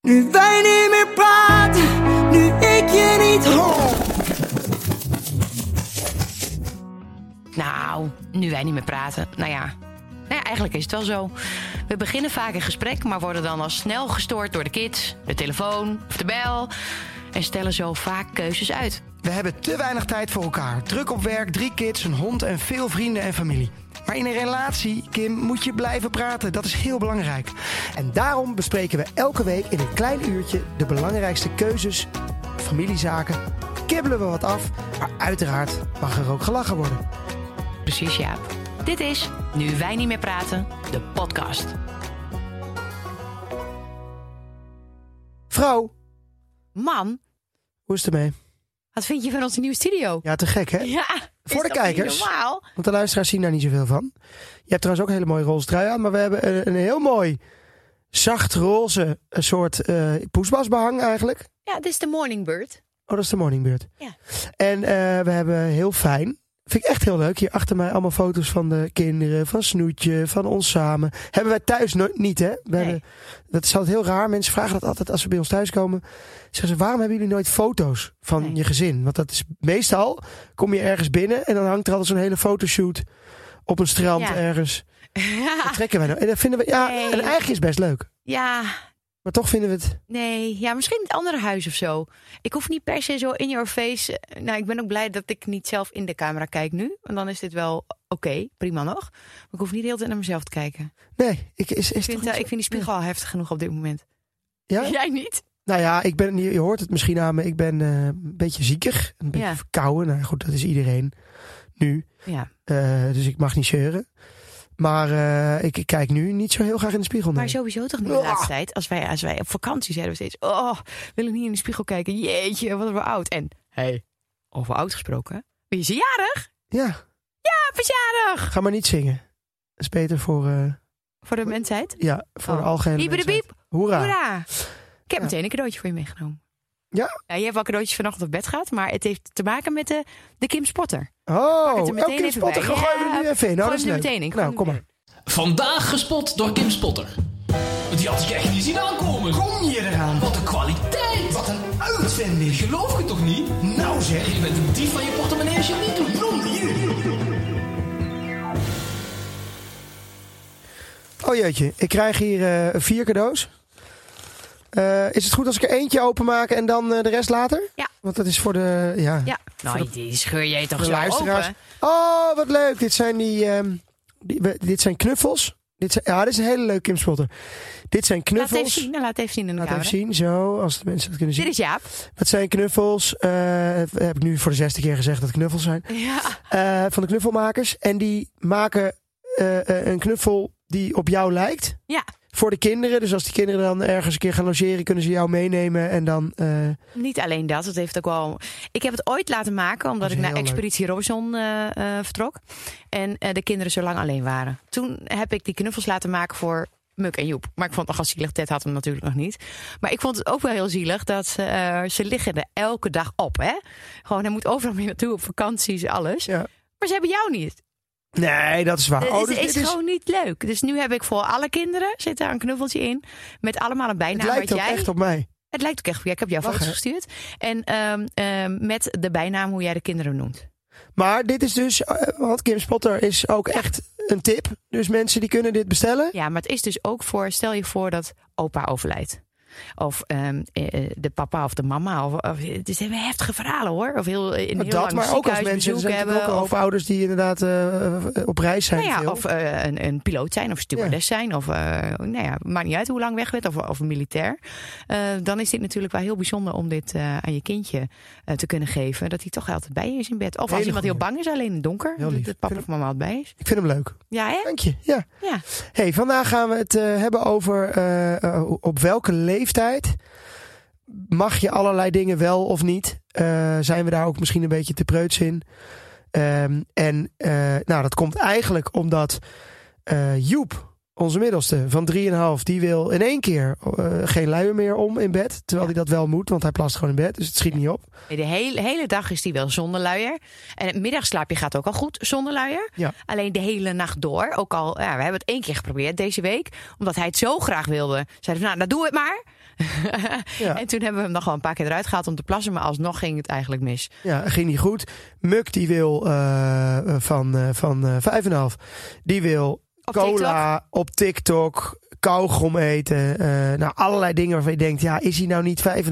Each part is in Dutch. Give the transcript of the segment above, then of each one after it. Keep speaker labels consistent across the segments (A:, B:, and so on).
A: Nu wij niet meer praten, nu ik je niet hoor.
B: Nou, nu wij niet meer praten. Nou ja. Nou ja, eigenlijk is het wel zo. We beginnen vaak een gesprek, maar worden dan al snel gestoord door de kids, de telefoon of de bel. En stellen zo vaak keuzes uit.
C: We hebben te weinig tijd voor elkaar. Druk op werk, drie kids, een hond en veel vrienden en familie. Maar in een relatie, Kim, moet je blijven praten. Dat is heel belangrijk. En daarom bespreken we elke week in een klein uurtje de belangrijkste keuzes, familiezaken. Kibbelen we wat af, maar uiteraard mag er ook gelachen worden.
B: Precies, Jaap. Dit is Nu wij niet meer praten, de podcast.
C: Vrouw,
B: Man,
C: hoe is het ermee?
B: wat vind je van onze nieuwe studio?
C: Ja, te gek hè?
B: Ja,
C: Voor de kijkers.
B: Normaal.
C: Want de luisteraars zien daar niet zoveel van. Je hebt trouwens ook een hele mooie roze trui aan. Maar we hebben een, een heel mooi zacht roze eh, soort eh poesbasbehang eigenlijk.
B: Ja, dit is de Morning Bird.
C: Oh, dat is de morningbeurt.
B: Ja.
C: En eh, we hebben heel fijn. Vind ik echt heel leuk. Hier achter mij allemaal foto's van de kinderen, van Snoetje, van ons samen. Hebben wij thuis nooit niet, hè? We
B: Nee.
C: hebben- dat is altijd heel raar. Mensen vragen dat altijd als ze bij ons thuis komen. Zeggen ze, waarom hebben jullie nooit foto's van
B: Nee.
C: je gezin? Want dat is meestal, kom je ergens binnen en dan hangt er altijd zo'n hele fotoshoot op een strand
B: Ja.
C: ergens. Dat trekken wij nou. En dat vinden we, ja,
B: Nee.
C: en eigenlijk is het best leuk.
B: Ja,
C: Maar toch vinden we het,
B: Nee, ja, misschien in het andere huis of zo. Ik hoef niet per se zo in your face. eh, Nou, ik ben ook blij dat ik niet zelf in de camera kijk nu. Want dan is dit wel oké, prima nog. Maar ik hoef niet de hele tijd naar mezelf te kijken.
C: nee, ik, is,
B: Ik
C: is
B: vind,
C: toch
B: eh, ik vind die spiegel al heftig genoeg op dit moment.
C: Ja?
B: Jij niet?
C: Nou ja, ik ben, je je hoort het misschien aan me. Ik ben eh, een beetje ziekig. Een beetje
B: Ja.
C: verkouden. Nou goed, dat is iedereen nu.
B: Ja,
C: Eh, dus ik mag niet zeuren. Maar eh, ik, ik kijk nu niet zo heel graag in de spiegel. nee.
B: maar sowieso toch niet de
C: Ah.
B: laatste tijd. Als wij, als wij op vakantie zijn, we steeds... Oh, willen niet in de spiegel kijken. Jeetje, wat we oud. En, hey, over oud gesproken. Wie is er jarig?
C: Ja,
B: Ja, verjaardag!
C: ga maar niet zingen. Dat is beter voor, eh,
B: Voor de mensheid.
C: ja, voor de
B: Oh.
C: algehele
B: Iep, de
C: mensheid.
B: biep.
C: Hoera.
B: Hoera. Ik heb
C: Ja.
B: meteen een cadeautje voor je meegenomen.
C: Ja?
B: Je hebt wel cadeautjes vanochtend op bed gehad, maar het heeft te maken met de, de Kim Spotter.
C: Oh,
B: het er meteen
C: elke
B: even
C: spotter.
B: bij.
C: Gooi we er nu
B: Ja,
C: even in. Nou,
B: gooi
C: dat is
B: hem er
C: leuk.
B: meteen in, gooi
C: Nou,
B: hem
C: kom
B: er
C: maar.
D: Vandaag gespot door Kim Spotter. Die had ik echt niet zien aankomen.
E: Kom je eraan?
D: Wat een kwaliteit!
E: Wat een uitvinding!
D: Geloof ik het toch niet?
E: Nou zeg,
D: Je bent een dief van je portemonnee als je het niet doet.
E: blond hier!
C: Oh jeetje, ik krijg hier eh, vier cadeaus. Eh, is het goed als ik er eentje openmaak en dan eh, de rest later?
B: Ja.
C: Want dat is voor de...
B: Ja. Nou, die scheur jij toch zo open?
C: Oh, wat leuk. Dit zijn die, ehm, die- we- dit zijn knuffels. Dit zijn, ja, dit is een hele leuke Kim Spotter. Dit zijn
B: Laat het even
C: knuffels.
B: zien, nou, laat het even zien in de
C: Laat
B: camera.
C: even zien, zo, als de mensen dat kunnen
B: Dit
C: zien.
B: is Jaap.
C: Dat zijn knuffels. eh, heb ik nu voor de zesde keer gezegd dat het knuffels zijn.
B: Ja.
C: Eh, van de knuffelmakers. En die maken eh, eh, een knuffel die op jou lijkt.
B: Ja.
C: Voor de kinderen. Dus als die kinderen dan ergens een keer gaan logeren, kunnen ze jou meenemen. En dan. eh,
B: Niet alleen dat, het heeft ook wel... Ik heb het ooit laten maken, omdat
C: is
B: ik naar
C: heel leuk.
B: Expeditie Robinson eh, eh, vertrok. En eh, de kinderen zo lang alleen waren. Toen heb ik die knuffels laten maken voor Muk en Joep. Maar ik vond het nogal zielig. Ted had hem natuurlijk nog niet. Maar ik vond het ook wel heel zielig dat ze, eh, ze liggen er elke dag op. Hè? Gewoon, hij moet overal mee naartoe, op vakanties, alles.
C: ja.
B: Maar ze hebben jou niet.
C: Nee, dat is waar.
B: Het
C: Oh,
B: is,
C: dus
B: is
C: dit is,
B: gewoon niet leuk. Dus nu heb ik voor alle kinderen zit daar een knuffeltje in. Met allemaal een bijnaam.
C: het lijkt
B: wat
C: ook
B: jij,
C: echt op mij.
B: Het lijkt ook echt. Ja, ik heb jou
C: Lachen.
B: foto's gestuurd. En ehm, ehm, met de bijnaam hoe jij de kinderen noemt.
C: Maar dit is dus, eh, want Kim Spotter is ook echt een tip. Dus mensen die kunnen dit bestellen.
B: Ja, maar het is dus ook voor. Stel je voor dat opa overlijdt. Of ehm, eh, eh, de papa of de mama. Of, of- het is hele heftige verhalen hoor. Of heel, eh, in heel
C: dat,
B: lang
C: maar ook als mensen. Er
B: ziekenhuisbezoek
C: zijn natuurlijk ook
B: hebben.
C: een hoop
B: of-
C: ouders die inderdaad eh, op reis zijn.
B: Nou ja,
C: veel.
B: of eh, een, een piloot zijn, of stewardess zijn, of eh, nou ja, maakt niet uit hoe lang weg bent, of, of een militair. Eh, dan is dit natuurlijk wel heel bijzonder om dit eh, aan je kindje eh, te kunnen geven. Dat hij toch altijd bij je is in bed. Of als
C: Hele
B: iemand heel
C: goeie.
B: bang is, alleen in het donker,
C: Heel lief.
B: dat papa of mama altijd bij is.
C: Ik vind hem leuk.
B: Ja, hè?
C: Dank je. Ja.
B: Ja.
C: Hey, vandaag gaan we het eh, hebben over eh, eh, op welke leeftijd mag je allerlei dingen wel of niet. Eh, zijn we daar ook misschien een beetje te preuts in? Ehm, en eh, nou, dat komt eigenlijk omdat eh, Joep, onze middelste van 3,5, die wil in één keer eh, geen luier meer om in bed. Terwijl hij dat wel moet, want hij plast gewoon in bed. Dus het schiet niet op.
B: De hele, hele dag is die wel zonder luier. En het middagslaapje gaat ook al goed zonder luier.
C: Ja.
B: Alleen de hele nacht door. Ook al, ja, we hebben het één keer geprobeerd deze week. Omdat hij het zo graag wilde. Zeiden we, nou, dan doen we het maar.
C: Ja.
B: En toen hebben we hem nog wel een paar keer eruit gehaald om te plassen. Maar alsnog ging het eigenlijk mis.
C: Ja, ging niet goed. Muk die wil eh, van, eh, van eh, 5,5. Die wil
B: Op
C: cola op TikTok, kauwgom eten. eh, nou, allerlei dingen waarvan je denkt, ja, is hij nou niet 5,5?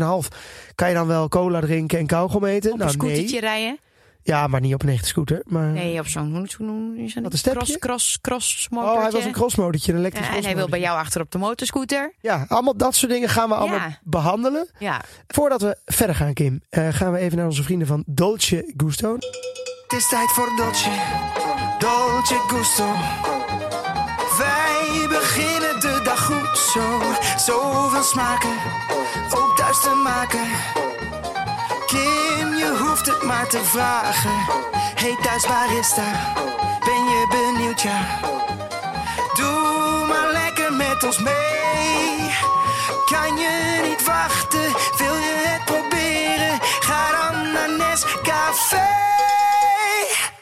C: Kan je dan wel cola drinken en kauwgom eten?
B: Op
C: nou,
B: een scootertje
C: nee.
B: rijden.
C: Ja, maar niet op een echte scooter. Maar...
B: Nee, op zo'n hoe- hoe noem je zo'n
C: Wat, een stepje?
B: cross, cross, cross motortje.
C: Oh, hij was een crossmotortje, een elektrisch
B: Ja, en hij wil bij
C: crossmotortje.
B: jou achter op de motorscooter.
C: Ja, allemaal dat soort dingen gaan we allemaal
B: Ja.
C: behandelen.
B: Ja,
C: Voordat we verder gaan, Kim, eh, gaan we even naar onze vrienden van Dolce Gusto.
A: Het is tijd voor Dolce, Dolce Gusto. Wij beginnen de dag goed zo. Zoveel smaken, ook thuis te maken. Kim, je hoeft het maar te vragen. Hey thuis, waar is daar? Ben je benieuwd, ja? Doe maar lekker met ons mee. Kan je niet wachten? Wil je het proberen? Ga dan naar Nescafé.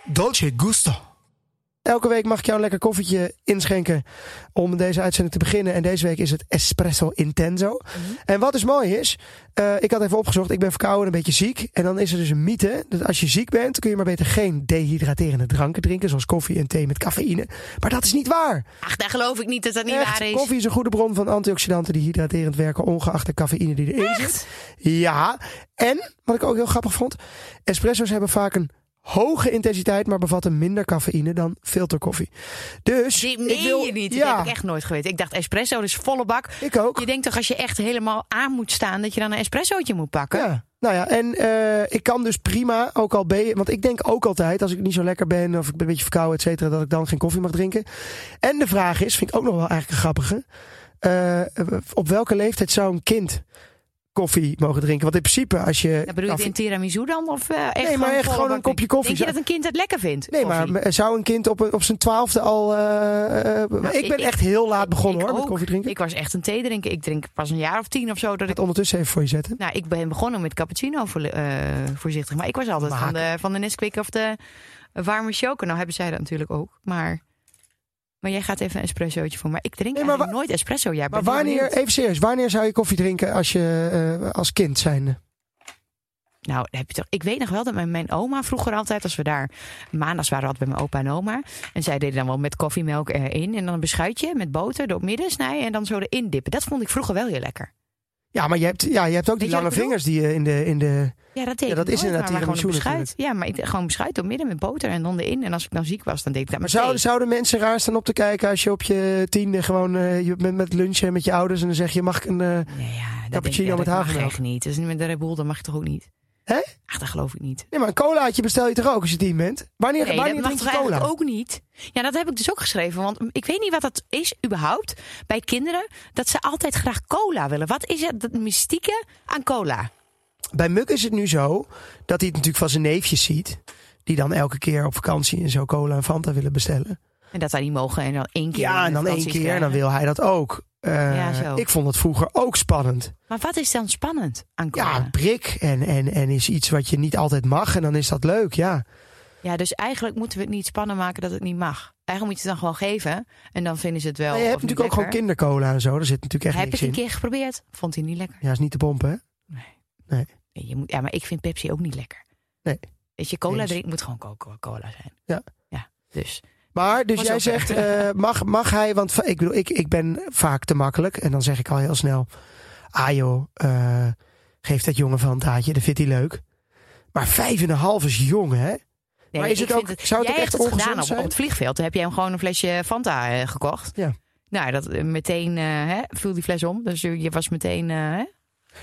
E: Dolce Gusto.
C: Elke week mag ik jou een lekker koffietje inschenken om deze uitzending te beginnen. En deze week is het Espresso Intenso. En wat dus mooi is, eh, ik had even opgezocht, ik ben verkouden, een beetje ziek. En dan is er dus een mythe dat als je ziek bent, kun je maar beter geen dehydraterende dranken drinken. Zoals koffie en thee met cafeïne. Maar dat is niet waar.
B: ach, daar geloof ik niet dat dat niet
C: Echt,
B: waar is.
C: Koffie is een goede bron van antioxidanten die hydraterend werken, ongeacht de cafeïne die erin zit. Ja, en wat ik ook heel grappig vond, espresso's hebben vaak een hoge intensiteit, maar bevatten minder cafeïne dan filterkoffie. Dus
B: Die
C: ik
B: meen
C: wil,
B: je niet. Dat
C: Ja,
B: heb ik echt nooit geweten. Ik dacht espresso, dus volle bak.
C: ik ook.
B: Je denkt toch als je echt helemaal aan moet staan... dat je dan een espressootje moet pakken?
C: Ja. Nou ja, en eh, ik kan dus prima, ook al ben je... Want ik denk ook altijd, als ik niet zo lekker ben... of ik ben een beetje verkouden, et cetera... dat ik dan geen koffie mag drinken. En de vraag is, vind ik ook nog wel eigenlijk een grappige... eh, op welke leeftijd zou een kind koffie mogen drinken? Want in principe, als je...
B: Ja, bedoel je het
C: koffie-
B: in tiramisu dan? Of, eh, echt
C: maar
B: gewoon
C: echt
B: volle
C: gewoon
B: bak
C: een kopje
B: drinken?
C: koffie.
B: Denk je dat een kind het lekker vindt?
C: Nee, maar
B: koffie? Nou,
C: m- zou een kind op, een- op zijn twaalfde al... eh, eh, ik ben
B: ik-
C: echt heel laat begonnen
B: ik
C: hoor, met
B: ook.
C: koffie drinken. Ik
B: Ik was echt een thee drinken. Ik drink pas een jaar of tien of zo. Dat
C: het
B: ik,
C: ondertussen even voor je zetten.
B: nou, ik ben begonnen met cappuccino voor, eh, voorzichtig. Maar ik was altijd van de, van de Nesquik of de warme choco. Nou hebben zij dat natuurlijk ook. Maar, maar jij gaat even een espressootje voor. Maar ik drink
C: Nee, maar
B: eigenlijk nooit espresso. Jij
C: Maar
B: bent heel
C: wanneer,
B: benieuwd.
C: even serieus, wanneer zou je koffie drinken als je eh, als kind zijnde?
B: Nou, heb je toch, ik weet nog wel dat mijn, mijn oma vroeger altijd, als we daar maandags waren, we altijd bij mijn opa en oma. En zij deden dan wel met koffiemelk erin. En dan een beschuitje met boter door het midden snijden en dan zo erin dippen. Dat vond ik vroeger wel heel lekker.
C: Ja, maar je hebt, ja, je hebt ook die
B: je wat
C: lange
B: ik bedoel?
C: vingers die je in de, in de
B: Ja, dat deed
C: Ja,
B: ik
C: dat is
B: nooit,
C: inderdaad
B: maar gewoon een
C: tiramisu
B: beschuit. Ja, maar ik, gewoon beschuit door midden met boter en dan erin. En als ik dan ziek was, dan deed ik dat
C: Maar
B: met
C: zouden, zouden mensen raar staan op te kijken als je op je tiende gewoon eh, je bent met lunchen en met je ouders en dan zeg je mag ik een. eh,
B: Nee, ja, dat
C: Cappuccino
B: denk ik, ja,
C: met
B: dat mag
C: hagelmelk.
B: echt niet. Dus met de Red Bull, dat mag je toch ook niet?
C: Hè?
B: Ach, dat geloof ik niet.
C: Nee, maar een colaatje bestel je toch ook als je tien bent? Wanneer,
B: Nee, dat
C: wanneer
B: mag
C: drink
B: toch
C: je cola?
B: eigenlijk ook niet? Ja, dat heb ik dus ook geschreven. Want ik weet niet wat dat is überhaupt bij kinderen. Dat ze altijd graag cola willen. Wat is het dat mystieke aan cola?
C: Bij Muk is het nu zo dat hij het natuurlijk van zijn neefjes ziet. Die dan elke keer op vakantie en zo cola en Fanta willen bestellen.
B: En dat wij niet mogen. En dan één keer. in
C: Ja,
B: de
C: en dan één
B: vakantie
C: keer en
B: krijgen.
C: dan wil hij dat ook. Eh,
B: Ja, zo.
C: ik vond het vroeger ook spannend.
B: Maar wat is dan spannend aan cola?
C: Ja, een prik en, en, en is iets wat je niet altijd mag en dan is dat leuk, ja.
B: Ja, dus eigenlijk moeten we het niet spannend maken dat het niet mag. Eigenlijk moet je het dan gewoon geven. En dan vinden ze het wel.
C: Maar je hebt
B: of niet
C: natuurlijk ook gewoon
B: lekker.
C: kindercola en zo, daar zit natuurlijk echt
B: Heb ik
C: niks
B: een
C: in.
B: keer geprobeerd. Vond hij niet lekker.
C: Ja, is niet te pompen, hè?
B: Nee, je moet, ja, maar ik vind Pepsi ook niet lekker.
C: Nee.
B: Weet je, cola
C: Eens.
B: drinken moet gewoon Coca-Cola zijn.
C: Ja.
B: Ja, dus.
C: Maar dus
B: Maar
C: jij
B: zover.
C: zegt, eh, mag, mag hij, want va- ik bedoel, ik, ik ben vaak te makkelijk. En dan zeg ik al heel snel, ah joh, eh, geef dat jongen van een taartje, dat vindt hij leuk. Maar vijf en een half is jong, hè? Nou,
B: Nee,
C: Maar is
B: ik
C: het
B: vind
C: ook- zou het
B: jij
C: ook echt
B: hebt het gedaan
C: ongezond
B: op,
C: zijn?
B: op het vliegveld. Toen heb jij hem gewoon een flesje Fanta eh, gekocht.
C: Ja.
B: Nou, dat eh, meteen eh, hè, viel die fles om. Dus je je was meteen. eh, hè?
C: Nou,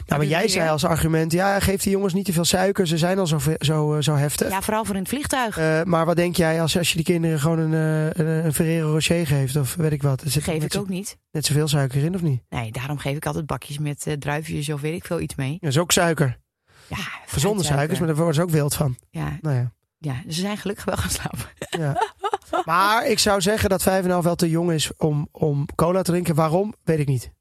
C: maar
B: je
C: jij
B: die
C: zei
B: weer?
C: als argument, ja, geef die jongens niet te veel suiker. Ze zijn al zo, ve- zo, eh, zo heftig.
B: ja, vooral voor in het vliegtuig.
C: Eh, maar wat denk jij als, als je die kinderen gewoon een, eh, een, een Ferrero Rocher geeft of weet ik wat? Er zit
B: geef
C: net,
B: ik
C: zo-
B: ook niet.
C: net zoveel suiker in of niet?
B: Nee, daarom geef ik altijd bakjes met eh, druifjes of weet ik veel iets mee.
C: Ja, is ook suiker.
B: Ja,
C: Gezonde
B: fruitsuiker.
C: suikers, maar daar worden ze ook wild van.
B: Ja,
C: Nou ja.
B: ja, ze zijn gelukkig wel gaan slapen.
C: Ja. Maar ik zou zeggen dat 5,5 wel te jong is om, om cola te drinken. Waarom? Weet ik niet.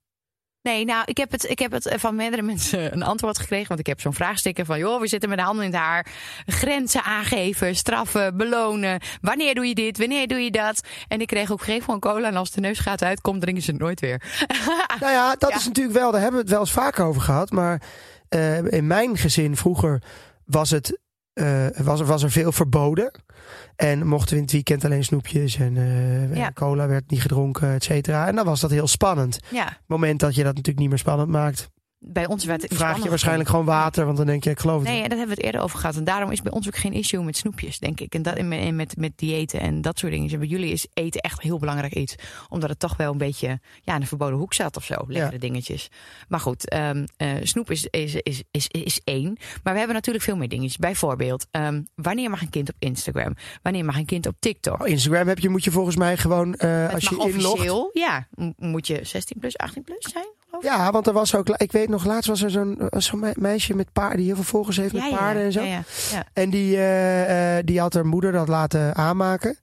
B: Nee, nou, ik heb, het, ik heb het eh, van meerdere mensen een antwoord gekregen. Want ik heb zo'n vraagsticker van... joh, we zitten met de handen in het haar. Grenzen aangeven, straffen, belonen. Wanneer doe je dit, wanneer doe je dat? En ik kreeg ook geen van cola. En als de neus gaat uitkomt, drinken ze het nooit weer.
C: Nou ja, dat
B: Ah, Ja.
C: is natuurlijk wel, daar hebben we het wel eens vaker over gehad. Maar eh, in mijn gezin vroeger was, het, eh, was, er- was er veel verboden. En mochten we in het weekend alleen snoepjes en eh,
B: Ja.
C: cola werd niet gedronken, et cetera. En dan was dat heel spannend. Op
B: ja,
C: het moment dat je dat natuurlijk niet meer spannend maakt,
B: bij ons werd het
C: vraag je
B: spannend.
C: waarschijnlijk gewoon water. Want dan denk je, ik geloof het
B: Nee,
C: niet.
B: en dat hebben we het eerder over gehad. En daarom is bij ons ook geen issue met snoepjes, denk ik. En, dat, en met- en met, met diëten en dat soort dingen. Bij jullie is eten echt een heel belangrijk iets. Omdat het toch wel een beetje ja, in de verboden hoek zat of zo. Lekkere
C: Ja.
B: dingetjes. Maar goed, ehm, eh, snoep is, is, is, is, is één. Maar we hebben natuurlijk veel meer dingetjes. Bijvoorbeeld, ehm, wanneer mag een kind op Instagram? Wanneer mag een kind op TikTok?
C: Oh, Instagram heb je, moet je volgens mij gewoon, eh,
B: Het
C: als je
B: mag
C: inlogt...
B: officieel, ja, m- moet je 16 plus, 18 plus zijn? geloof ik?
C: Ja, want er was ook, ik weet nog, laatst was er zo'n was zo'n me- meisje met paarden, die heel veel volgers heeft met paarden en zo.
B: ja, ja, ja.
C: En die, eh, eh, die had haar moeder dat laten
B: Oh,
C: aanmaken.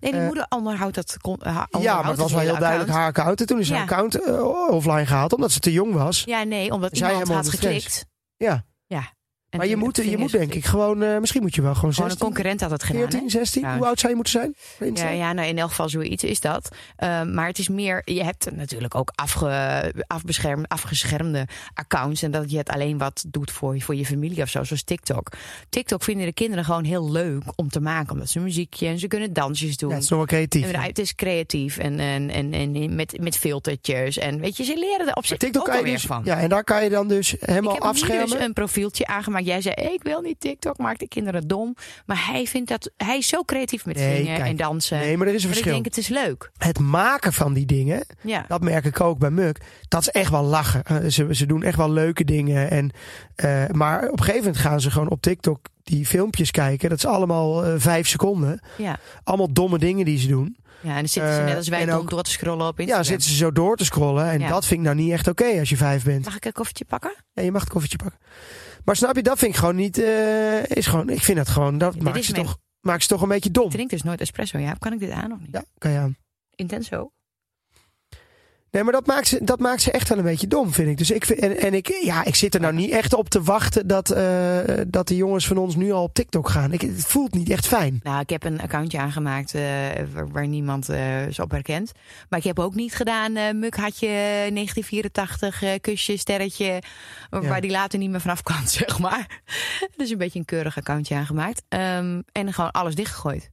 B: Nee, die
C: Eh,
B: moeder onderhoudt dat. kon- eh, ha-
C: ja,
B: onderhoudt
C: maar het
B: dat
C: was wel heel
B: hele account.
C: duidelijk haar account. En toen is haar
B: Ja.
C: account eh, offline gehaald, omdat ze te jong was.
B: Ja, nee, omdat
C: Zij
B: iemand
C: helemaal
B: had
C: onder stress.
B: geklikt.
C: Ja.
B: ja. En
C: maar je
B: toen
C: moet,
B: de
C: je moet
B: vingers
C: denk ik
B: geklikt.
C: gewoon, eh, misschien moet je wel gewoon
B: Gewoon een
C: 16,
B: concurrent had het gedaan. hè?
C: 14, 16.
B: Ja.
C: Hoe oud zou je moeten zijn? voor Insta?
B: Ja, ja, nou in elk geval zoiets is dat. Eh, maar het is meer, je hebt natuurlijk ook afge, afbescherm, afgeschermde accounts. En dat je het alleen wat doet voor, je- voor je familie of zo, zoals TikTok. TikTok vinden de kinderen gewoon heel leuk om te maken. Omdat ze muziekje en ze kunnen dansjes doen.
C: Ja, het is nog wel creatief.
B: En het is creatief en, en, en, en met, met filtertjes. En weet je, ze leren er op zich
C: TikTok
B: ook
C: kan je
B: alweer
C: dus,
B: van.
C: ja, en daar kan je dan dus helemaal
B: ik heb nu
C: afschermen.
B: dus een profieltje aangemaakt. Jij zei, ik wil niet TikTok, maakt de kinderen dom. Maar hij vindt dat hij is zo creatief met
C: Nee,
B: zingen
C: kijk.
B: en dansen.
C: Nee, maar er is een
B: maar ik
C: verschil.
B: denk, het is leuk.
C: Het maken van die dingen,
B: Ja.
C: dat merk ik ook bij Muk. Dat is echt wel lachen. Eh, Ze, ze doen echt wel leuke dingen. En, eh, maar op een gegeven moment gaan ze gewoon op TikTok die filmpjes kijken. Dat is allemaal eh, vijf seconden.
B: Ja.
C: Allemaal domme dingen die ze doen.
B: ja, en dan zitten ze
C: Eh,
B: net als wij
C: en
B: dom
C: ook-
B: door te scrollen op
C: Ja,
B: Instagram.
C: dan zitten ze zo door te scrollen. En
B: Ja.
C: dat vind ik nou niet echt oké als je vijf bent.
B: Mag ik een koffietje pakken?
C: Ja, je mag het koffietje pakken. Maar snap je, dat vind ik gewoon niet. eh, is gewoon, ik vind dat gewoon. Dat
B: dit
C: maakt
B: is
C: ze,
B: mijn-
C: toch, maakt ze toch een beetje dom.
B: Ik drink dus nooit espresso. Ja, kan ik dit aan of niet?
C: Ja, kan je aan.
B: Intenso.
C: Nee, maar dat maakt, ze, dat maakt ze echt wel een beetje dom, vind ik. Dus ik vind, en, en ik, ja, ik zit er nou niet echt op te wachten dat, eh, dat de jongens van ons nu al op TikTok gaan. Ik, het voelt niet echt fijn.
B: Nou, ik heb een accountje aangemaakt eh, waar, waar niemand eh is op herkent. Maar ik heb ook niet gedaan, eh Muk had je 1984, eh, kusje, sterretje. Waar
C: Ja.
B: die later niet meer vanaf kan, zeg maar. Dus een beetje een keurig accountje aangemaakt. Ehm, en gewoon alles dichtgegooid.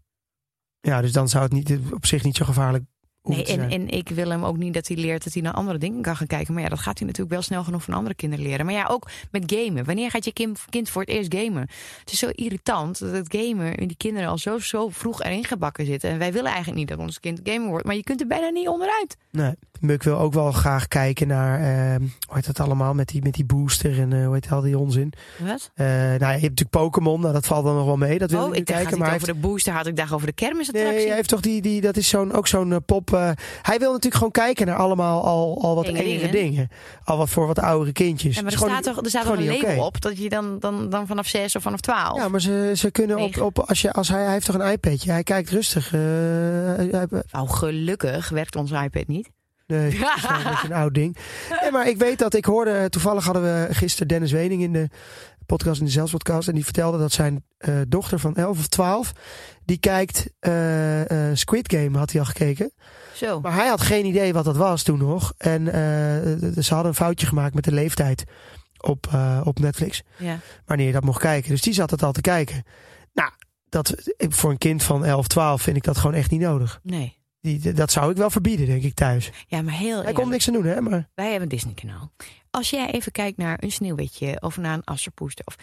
C: Ja, dus dan zou het niet, op zich niet zo gevaarlijk hoeven
B: Nee,
C: te
B: en,
C: zijn.
B: en ik wil hem ook niet dat hij leert dat hij naar andere dingen kan gaan kijken. Maar ja, dat gaat hij natuurlijk wel snel genoeg van andere kinderen leren. Maar ja, ook met gamen. Wanneer gaat je kind, kind voor het eerst gamen? Het is zo irritant dat het gamen in die kinderen al zo, zo vroeg erin gebakken zitten. En wij willen eigenlijk niet dat ons kind gamer wordt. Maar je kunt er bijna niet onderuit.
C: Nee. Muk wil ook wel graag kijken naar, eh, hoe heet dat allemaal, met die, met die booster en eh, hoe heet al die onzin.
B: Wat?
C: Eh, nou, je hebt natuurlijk Pokémon, nou, dat valt dan nog wel mee. Dat wil
B: Oh,
C: ik nu
B: ik dacht
C: kijken.
B: dat
C: Maar
B: hij
C: hij
B: het over de booster had. Ik dacht over de kermisattractie.
C: Nee, hij heeft toch die, die dat is zo'n, ook zo'n eh, pop. eh, hij wil natuurlijk gewoon kijken naar allemaal al, al wat
B: Enge
C: engere
B: dingen.
C: dingen. Al wat voor wat oudere kindjes.
B: Ja, maar
C: Het
B: er
C: is
B: staat
C: gewoon-
B: toch, er staat
C: het is
B: toch
C: gewoon
B: een label
C: niet oké.
B: op dat je dan, dan, dan vanaf 6 of vanaf 12.
C: Ja, maar ze, ze kunnen op,
B: Negen.
C: op als, je, als hij, hij heeft toch een iPadje. Hij kijkt rustig. eh, hij- hij-
B: Nou, gelukkig werkt onze iPad niet.
C: nee, dat is wel een beetje een oud ding. Nee, maar ik weet dat ik hoorde. eh, Toevallig hadden we gisteren Dennis Wening in de podcast, in de zelfspodcast. En die vertelde dat zijn eh, dochter van 11 of 12. Die kijkt eh, eh, Squid Game, had hij al gekeken.
B: Zo.
C: Maar hij had geen idee wat dat was toen nog. En eh, ze hadden een foutje gemaakt met de leeftijd op, eh, op Netflix.
B: Ja.
C: Wanneer je dat mocht kijken. Dus die zat het al te kijken. Nou, dat, voor een kind van 11, 12 vind ik dat gewoon echt niet nodig.
B: Nee.
C: Die, dat zou ik wel verbieden, denk ik, thuis.
B: Ja, maar heel
C: Hij
B: eerlijk.
C: kon niks aan doen, hè? Maar
B: Wij hebben een Disney-kanaal. Als jij even kijkt naar een sneeuwwitje of naar een asserpoester. Of...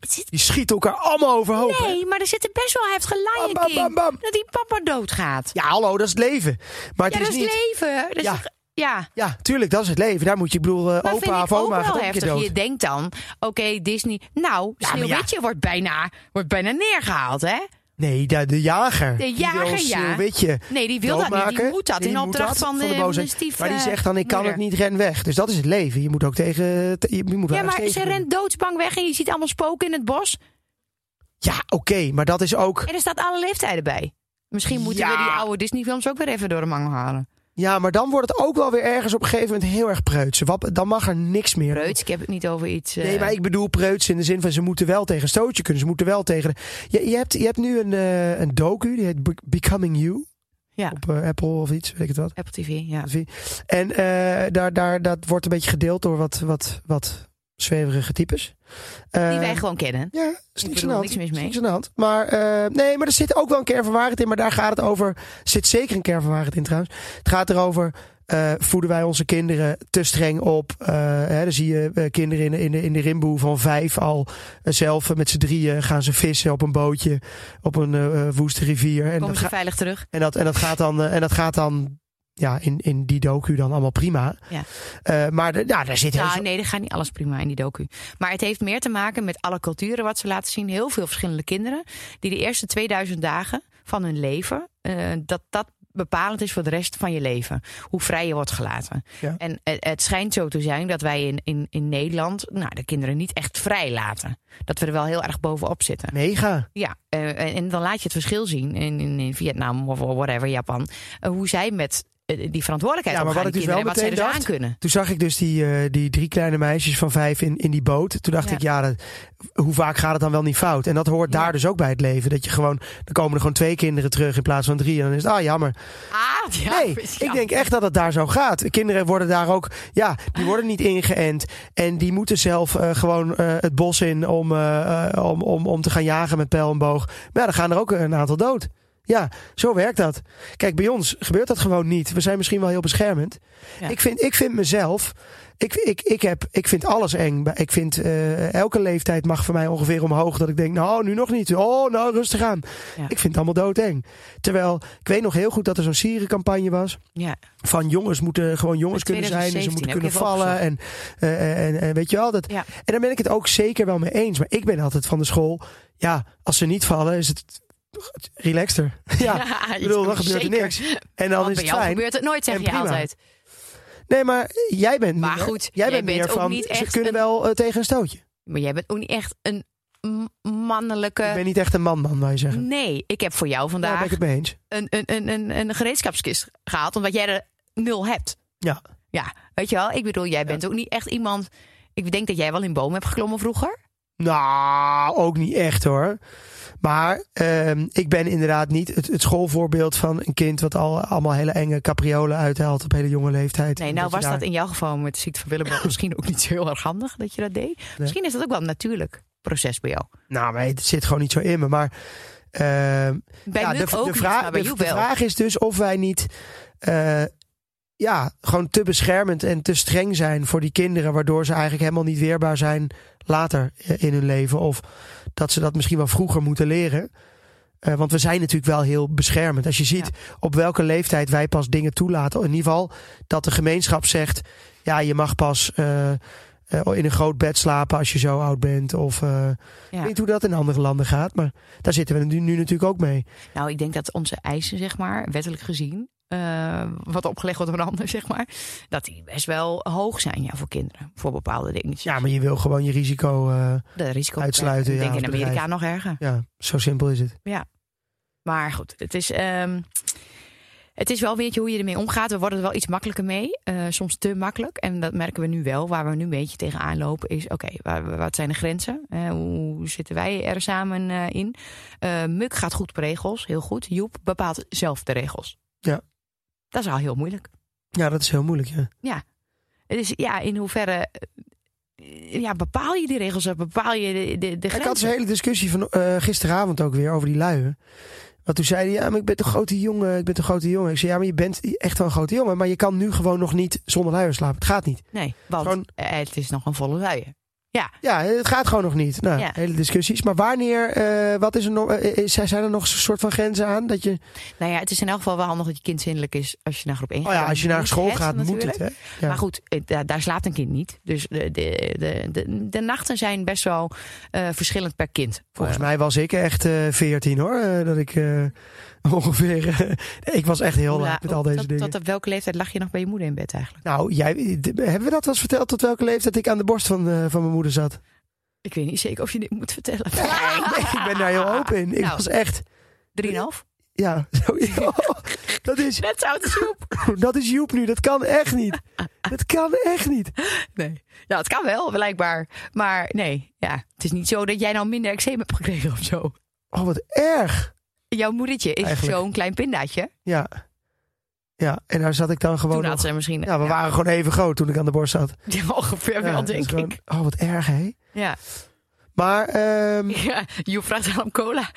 B: Het zit...
C: die schieten elkaar allemaal overhoop. hè?
B: Nee, maar er zitten best wel. Hij heeft
C: Bam,
B: gelijk
C: bam, bam, bam.
B: dat die papa doodgaat.
C: Ja, hallo, dat is het leven. Maar het
B: Ja, dat
C: is
B: is
C: niet...
B: leven. Dat is
C: Ja.
B: toch- ja.
C: Ja, tuurlijk, dat is het leven. Daar moet je, ik bedoel, eh,
B: Maar vind
C: opa
B: ik
C: of
B: ook
C: oma gaat
B: wel
C: ook een keer
B: heftig.
C: dood.
B: Je denkt dan, oké, Disney. Nou,
C: Ja, maar ja.
B: sneeuwwitje wordt, bijna, wordt bijna neergehaald, hè?
C: Nee, de, de jager.
B: De
C: Die
B: jager,
C: wil ons,
B: ja.
C: eh, Weet je,
B: Nee, die wil dat niet. Die
C: doodmaken.
B: moet dat
C: Nee,
B: in
C: die moet
B: opdracht
C: dat
B: van de,
C: van boze-
B: stief,
C: Maar die
B: eh,
C: zegt dan, ik kan
B: moeder.
C: het niet, ren weg. Dus dat is het leven. Je moet ook tegen... te- Je moet wel ergens
B: Ja, maar
C: tegen
B: ze
C: kunnen.
B: rent doodsbang weg en je ziet allemaal spoken in het bos.
C: Ja, oké, maar dat is ook...
B: En er staat alle leeftijden bij. Misschien moeten we
C: Ja.
B: die oude Disney-films ook weer even door de mangel halen.
C: Ja, maar dan wordt het ook wel weer ergens op een gegeven moment heel erg preutsen. Wat, dan mag er niks meer.
B: Preuts, ik heb het niet over iets. eh,
C: Nee, maar ik bedoel preuts in de zin van ze moeten wel tegen een stootje kunnen. Ze moeten wel tegen... de- Je, je, hebt, je hebt nu een, eh, een docu, die heet Be- Becoming You.
B: Ja.
C: Op eh, Apple of iets, weet ik het wat.
B: Apple TV, ja.
C: Dus, En eh, daar, daar, dat wordt een beetje gedeeld door wat, wat, wat zweverige types. Eh,
B: Die wij gewoon kennen.
C: Ja, is
B: Ik
C: niks aan de
B: bedoel,
C: hand.
B: niks mis
C: Is
B: mee.
C: Niks aan de hand. Maar, eh, nee, maar er zit ook wel een kern van waarheid in. Maar daar gaat het over. er Zit zeker een kern van waarheid in trouwens. Het gaat erover. eh, voeden wij onze kinderen te streng op? Eh, hè, dan zie je eh, kinderen in de, in, de, in de rimboe van vijf al eh, zelf eh, met z'n drieën gaan ze vissen op een bootje op een eh, woeste rivier. En
B: Komen
C: dat,
B: ze
C: ga-
B: veilig terug?
C: en, dat, en dat gaat dan, eh, en dat gaat dan ja, in, in die docu dan allemaal prima.
B: Ja.
C: Eh, maar de- ja, dus- daar zit heel
B: Nou,
C: veel-
B: nee, dat gaat niet alles prima in die docu. Maar het heeft meer te maken met alle culturen wat ze laten zien. Heel veel verschillende kinderen. Die de eerste 2000 dagen van hun leven. eh, dat dat bepalend is voor de rest van je leven. Hoe vrij je wordt gelaten.
C: Ja.
B: En eh, het schijnt zo te zijn dat wij in, in, in Nederland. Nou, de kinderen niet echt vrij laten. Dat we er wel heel erg bovenop zitten.
C: mega.
B: Ja, eh, en- en dan laat je het verschil zien in, in, in Vietnam of whatever, Japan. eh, hoe zij met eh, die verantwoordelijkheid
C: Ja, maar
B: omgaan,
C: wat
B: die
C: ik dus wel
B: kinderen, en wat zij dus
C: meteen
B: aan
C: dacht,
B: kunnen.
C: Toen zag ik dus die, eh, die drie kleine meisjes van vijf in, in die boot. Toen dacht
B: Ja.
C: ik, ja, dat, hoe vaak gaat het dan wel niet fout? En dat hoort
B: Ja.
C: daar dus ook bij het leven. Dat je gewoon, dan komen er gewoon twee kinderen terug in plaats van drie. En dan is het, ah, jammer.
B: Ah, ja,
C: Nee, ik denk echt dat het daar zo gaat. Kinderen worden daar ook, ja, die worden niet ingeënt. En die moeten zelf eh, gewoon eh, het bos in om, eh, eh, om, om, om te gaan jagen met pijl en boog. Maar ja, dan gaan er ook een aantal dood. Ja, zo werkt dat. Kijk, bij ons gebeurt dat gewoon niet. We zijn misschien wel heel beschermend.
B: Ja.
C: Ik, vind, ik vind mezelf, ik, ik, ik, heb, ik vind alles eng. Ik vind eh, elke leeftijd mag voor mij ongeveer omhoog. Dat ik denk, nou, nu nog niet. Oh, nou, rustig aan.
B: Ja.
C: Ik vind het allemaal doodeng. Terwijl, ik weet nog heel goed dat er zo'n sierencampagne was
B: Ja,
C: van jongens moeten gewoon jongens
B: Met
C: kunnen zijn en ze
B: 2017
C: moeten
B: heb
C: kunnen
B: ik
C: vallen en, eh, en, en weet je wel dat
B: Ja.
C: en daar ben ik het ook zeker wel mee eens maar ik ben altijd van de school ja als ze niet vallen is het relaxter ja, ik bedoel dan gebeurt er
B: zeker.
C: niks en dan
B: Want
C: is
B: bij
C: het
B: jou
C: fijn
B: gebeurt het nooit, zeg
C: en
B: je
C: prima.
B: altijd.
C: nee maar jij bent
B: Maar
C: meer-
B: goed,
C: jij
B: jij
C: bent,
B: bent
C: meer
B: ook
C: van
B: niet
C: ze
B: echt
C: kunnen
B: een-
C: wel eh, tegen een stootje
B: Maar jij bent ook niet echt een m-
C: ik
B: mannelijke...
C: ben niet echt een man man wou je zeggen
B: Nee, ik heb voor jou
C: daar ben
B: vandaag
C: ik het mee eens
B: een, een, een, een, een gereedschapskist gehaald, omdat jij er nul hebt.
C: Ja.
B: Ja, weet je wel? Ik bedoel, jij bent ook niet echt iemand... Ik denk dat jij wel in bomen hebt geklommen vroeger.
C: Nou, ook niet echt hoor. Maar ehm, ik ben inderdaad niet het, het schoolvoorbeeld van een kind wat al, allemaal hele enge capriolen uithaalt op hele jonge leeftijd.
B: Nee,
C: En
B: nou
C: je
B: was dat
C: daar-
B: in jouw geval met de ziekte van Willem misschien ook niet zo heel erg handig dat je dat deed. Misschien is dat ook wel een natuurlijk proces bij jou.
C: Nou, maar het zit gewoon niet zo in me. Maar ehm,
B: Bij
C: ja,
B: Muk ook niet,
C: vraag-
B: maar bij
C: de-
B: jou
C: de
B: wel.
C: vraag is dus of wij niet eh, ja, gewoon te beschermend en te streng zijn voor die kinderen, waardoor ze eigenlijk helemaal niet weerbaar zijn later eh, in hun leven. Of dat ze dat misschien wel vroeger moeten leren. Eh, want we zijn natuurlijk wel heel beschermend. Als je ziet op welke leeftijd wij pas dingen toelaten. In ieder geval dat de gemeenschap zegt: ja, je mag pas eh, eh, in een groot bed slapen als je zo oud bent. Of eh, ik weet niet hoe dat in andere landen gaat. Maar daar zitten we nu, nu natuurlijk ook mee.
B: Nou, ik denk dat onze eisen, zeg maar, wettelijk gezien, eh, wat opgelegd wordt door een ander, zeg maar, dat die best wel hoog zijn ja, voor kinderen. Voor bepaalde dingen.
C: Ja, maar je wil gewoon je risico. eh,
B: de risico
C: Uitsluiten,
B: Ik
C: ja,
B: denk in
C: als
B: Amerika
C: bedrijf.
B: nog erger.
C: ja, zo simpel is het.
B: Maar goed, het is. ehm, het is wel weet je hoe je ermee omgaat. We worden er wel iets makkelijker mee. eh, soms te makkelijk. En dat merken we nu wel. Waar we nu een beetje tegenaan lopen is... oké, waar- wat zijn de grenzen? Eh, hoe zitten wij er samen eh, in? Eh, Muk gaat goed op regels. Heel goed. Joep bepaalt zelf de regels.
C: Ja.
B: Dat is al heel moeilijk.
C: Ja, dat is heel moeilijk. Ja.
B: Dus ja, in hoeverre eh, ja, bepaal je die regels of bepaal je de, de, de
C: Ik had
B: grenzen?
C: zo'n hele discussie van eh, gisteravond ook weer over die luien. Want toen zei hij, ja, maar ik ben een grote jongen, ik ben een grote jongen. Ik zei, ja, maar je bent echt wel een grote jongen, maar je kan nu gewoon nog niet zonder luien slapen. Het gaat niet.
B: Nee, want
C: Gewoon-
B: eh, het is nog een volle luier.
C: Ja, het gaat gewoon nog niet. Nou,
B: Ja.
C: hele discussies. Maar wanneer, eh, wat is er nog, eh, eh, zijn er nog een soort van grenzen aan? Dat je,
B: Nou ja, het is in elk geval wel handig dat je kind zindelijk is als je naar groep 1
C: oh ja, als je naar school gaat, moet het,
B: natuurlijk.
C: hè? Ja.
B: Maar goed, eh, daar, daar slaapt een kind niet. Dus de, de, de, de, de nachten zijn best wel eh, verschillend per kind.
C: Volgens
B: Eh,
C: mij was ik echt eh 14 hoor, eh, dat ik eh, ongeveer, eh, ik was echt heel
B: hoe la-
C: laat met al deze
B: tot,
C: dingen.
B: Tot op welke leeftijd lag je nog bij je moeder in bed eigenlijk?
C: Nou, jij, d- hebben we dat wel eens verteld tot welke leeftijd ik aan de borst van, eh, van mijn moeder zat?
B: Ik weet niet zeker of je dit moet vertellen.
C: Nee, ik ben daar heel open in. Ik
B: Nou.
C: was echt,
B: Drieënhalf?
C: Ja, zo, ja. dat, is,
B: Net zoute soep.
C: dat is Joep nu. Dat kan echt niet. Dat kan echt niet.
B: Nee. Ja, het kan wel, blijkbaar. Maar nee, ja. Het is niet zo dat jij nou minder eczeem hebt gekregen of zo.
C: Oh, wat erg.
B: Jouw moedertje is
C: Eigenlijk.
B: zo'n klein pindaatje.
C: Ja. Ja, en daar zat ik dan gewoon
B: Toen had
C: nog-
B: ze misschien...
C: Ja, we waren gewoon even groot toen ik aan de borst zat.
B: Ja, ongeveer
C: Ja,
B: wel,
C: dat is
B: denk
C: gewoon-
B: ik.
C: Oh, wat erg, hè?
B: Ja.
C: Maar, ehm,
B: ja. Joep vraagt aan om cola.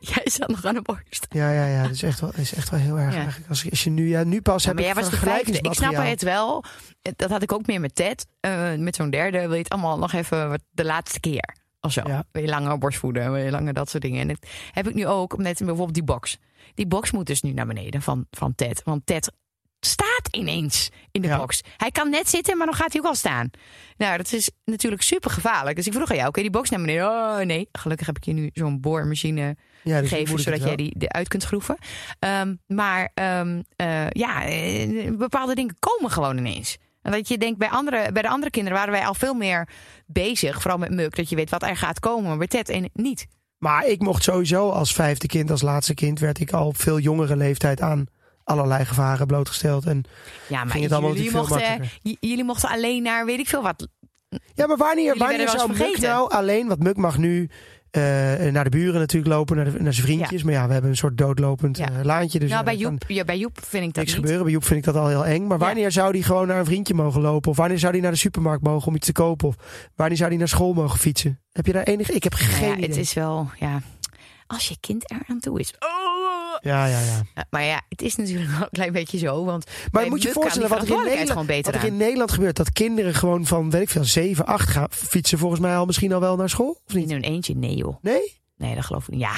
B: jij staat nog aan de borst.
C: ja, ja, ja, dat is echt wel, dat is echt wel heel erg
B: Ja.
C: eigenlijk. Als, als je nu, ja, nu pas
B: Ja,
C: heb
B: maar
C: ik
B: jij was de vijfde. Ik snap
C: vergelijkingsmateriaal.
B: het wel. Dat had ik ook meer met Ted. Eh, met zo'n derde wil je het allemaal nog even wat- de laatste keer. Of zo.
C: Ja.
B: Wil je langer borstvoeden, wil je langer dat soort dingen. En dat heb ik nu ook met bijvoorbeeld die box. Die box moet dus nu naar beneden van, van Ted. Want Ted staat ineens in de
C: Ja.
B: box. Hij kan net zitten, maar dan gaat hij ook al staan. Nou, dat is natuurlijk super gevaarlijk. Dus ik vroeg aan jou, oké, die box naar beneden. Oh nee, gelukkig heb ik je nu zo'n boormachine
C: Ja, dus nu
B: geven,
C: moet ik het
B: zodat jij
C: wel.
B: die eruit kunt groeven. Ehm, maar ehm, eh, ja, eh, bepaalde dingen komen gewoon ineens. En dat je denkt, bij, andere, bij de andere kinderen waren wij al veel meer bezig, vooral met Muk, dat je weet wat er gaat komen, maar bij Ted en niet.
C: Maar ik mocht sowieso als vijfde kind, als laatste kind, werd ik al op veel jongere leeftijd aan allerlei gevaren blootgesteld. En,
B: Ja, maar
C: Ging het allemaal
B: jullie,
C: natuurlijk veel
B: mochten,
C: makkelijker. Dus
B: j- jullie mochten alleen naar, weet ik veel wat.
C: ja, maar wanneer,
B: Jullie
C: wanneer
B: werden wel
C: zou
B: eens
C: Muk
B: vergeten.
C: nou alleen, want Muk mag nu eh, naar de buren natuurlijk lopen, naar, de- naar zijn vriendjes. Maar ja, we hebben een soort doodlopend
B: Ja.
C: eh, laantje. Dus
B: nou,
C: ja,
B: bij
C: dat kan
B: Joep, ja, bij Joep vind ik dat
C: Niks
B: niet.
C: gebeuren. Bij Joep vind ik dat al heel eng. Maar
B: Ja.
C: wanneer zou die gewoon naar een vriendje mogen lopen? Of wanneer zou die naar de supermarkt mogen om iets te kopen? Of wanneer zou die naar school mogen fietsen? Heb je daar enig? Ik heb geen
B: Nou Ja,
C: idee.
B: het is wel, ja, als je kind er aan toe is. Oh!
C: Ja, ja, ja.
B: Ja, Maar ja, het is natuurlijk wel een klein beetje zo, want
C: Maar
B: bij
C: moet je
B: Muk
C: je
B: kan
C: voorstellen
B: die
C: wat er, in
B: verantwoordelijkheid
C: Nederland,
B: gewoon beter
C: wat er
B: aan.
C: in Nederland gebeurt? Dat kinderen gewoon van, weet ik veel, 7, 8 gaan fietsen volgens mij al misschien al wel naar school? Of
B: in
C: niet?
B: hun eentje, nee joh.
C: Nee?
B: Nee, dat geloof ik niet. Ja,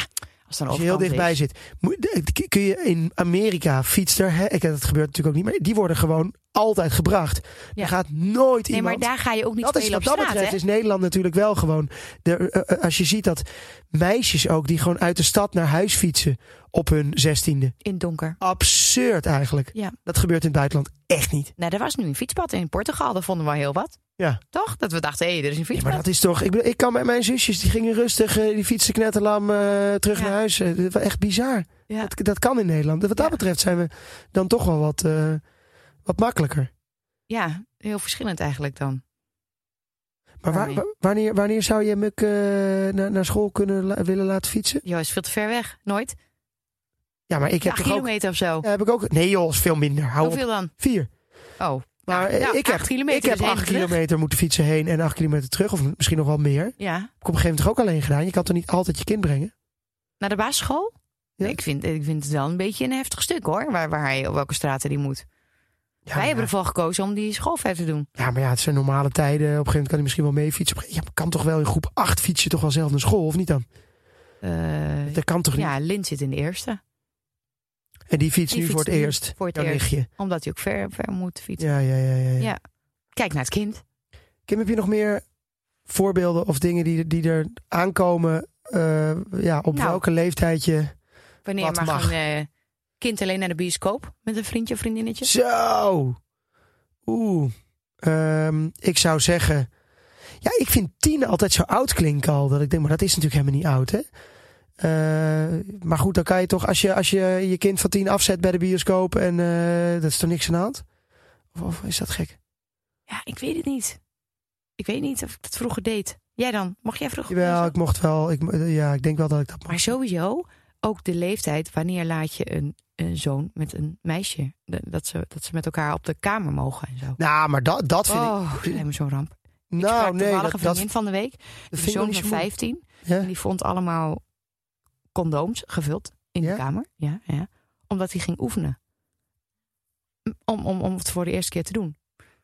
B: als dan
C: Als je
B: overkant
C: heel
B: is.
C: dichtbij zit. Moet- de- Kun je in Amerika fietster, hè? Ik, dat gebeurt natuurlijk ook niet, maar die worden gewoon altijd gebracht.
B: Ja.
C: Er gaat nooit
B: Nee,
C: iemand...
B: maar daar ga je ook niet
C: Dat is
B: spelen
C: wat
B: op
C: dat
B: straat,
C: betreft
B: hè?
C: is Nederland natuurlijk wel gewoon. De, eh, eh, als je ziet dat meisjes ook die gewoon uit de stad naar huis fietsen op hun zestiende.
B: In het donker.
C: Absurd eigenlijk.
B: Ja.
C: Dat gebeurt in het buitenland echt niet.
B: Nou, er was nu een fietspad in Portugal. Dat vonden we wel heel wat.
C: Ja.
B: Toch? Dat we dachten, hé, er is een
C: Ja,
B: fietspad.
C: maar dat is toch. Ik, bedoel, ik kan met mijn zusjes, die gingen rustig, eh, die fietsen knetterlam eh, terug
B: Ja.
C: naar huis. Eh, dit was echt bizar.
B: Ja.
C: Dat, dat kan in Nederland. Wat dat
B: Ja.
C: betreft zijn we dan toch wel wat, eh, wat makkelijker.
B: Ja, heel verschillend eigenlijk dan.
C: Maar waar,
B: Daarmee.
C: wa- wanneer, wanneer zou je Muk eh, naar, naar school kunnen la- willen laten fietsen?
B: Jo, is veel te ver weg. Nooit.
C: Ja, maar ik heb
B: acht
C: toch ook.
B: kilometer of zo.
C: Ja, heb ik ook. Nee joh, is veel minder. Hou op.
B: Hoeveel dan?
C: Vier.
B: Oh.
C: Maar
B: nou, nou,
C: ik heb,
B: acht kilometer
C: ik heb
B: dus heen en
C: acht
B: terug.
C: kilometer moeten fietsen heen en acht kilometer terug. Of misschien nog wel meer. Heb
B: Ja.
C: ik op een gegeven moment toch ook alleen gedaan. Je kan toch niet altijd je kind brengen?
B: Naar de basisschool?
C: Ja.
B: Ik, vind, ik vind het wel een beetje een heftig stuk, hoor. Waar, waar hij, op welke straten die moet.
C: Ja,
B: Wij
C: ja.
B: hebben ervoor gekozen om die school verder te doen.
C: ja, maar ja, het zijn normale tijden. Op een gegeven moment kan hij misschien wel mee fietsen. Op een gegeven moment- Ja, maar kan toch wel in groep acht fietsen toch wel zelf naar school? Of niet dan?
B: Eh,
C: Dat kan toch niet?
B: ja, Lin zit in de eerste.
C: En die fiets
B: Die
C: nu voor
B: fietst
C: het
B: nu
C: eerst.
B: voor het
C: Jouw
B: eerst.
C: nichtje.
B: Omdat hij ook ver, ver moet fietsen.
C: Ja, ja, ja, ja, ja.
B: Ja. Kijk naar het kind.
C: Kim, heb je nog meer voorbeelden of dingen die, die er aankomen? eh, ja, op
B: Nou.
C: welke leeftijd je...
B: Wanneer
C: Wat
B: mag,
C: mag?
B: een eh, kind alleen naar de bioscoop met een vriendje of vriendinnetje?
C: Zo. Oeh. Ehm, ik zou zeggen. Ja, ik vind tien altijd zo oud klinken al. Dat ik denk, maar dat is natuurlijk helemaal niet oud, hè? Eh, maar goed, dan kan je toch, als je, als je je kind van tien afzet bij de bioscoop en eh, dat is toch niks aan de hand? Of, of is dat gek?
B: Ja, ik weet het niet. Ik weet niet of ik dat vroeger deed. Jij dan? Mocht jij vroeger?
C: Jawel, ik mocht wel. Ik, mo- ja, ik denk wel dat ik dat
B: Maar
C: mag.
B: sowieso ook de leeftijd. Wanneer laat je een, een zoon met een meisje? De- Dat ze, dat ze met elkaar op de kamer mogen en zo.
C: Nou, maar dat, dat vind
B: oh,
C: ik.
B: dat lijkt me zo'n ramp. ik sprak
C: nou, nee.
B: toevallig
C: Dat,
B: een
C: dat,
B: vriendin van de week.
C: dat
B: Een
C: vind ik ook
B: zoon
C: niet
B: van
C: zo moeilijk.
B: 15.
C: Ja?
B: En die vond allemaal condooms gevuld in
C: Ja?
B: de kamer. Ja, ja. Omdat hij ging oefenen. Om, om, om het voor de eerste keer te doen.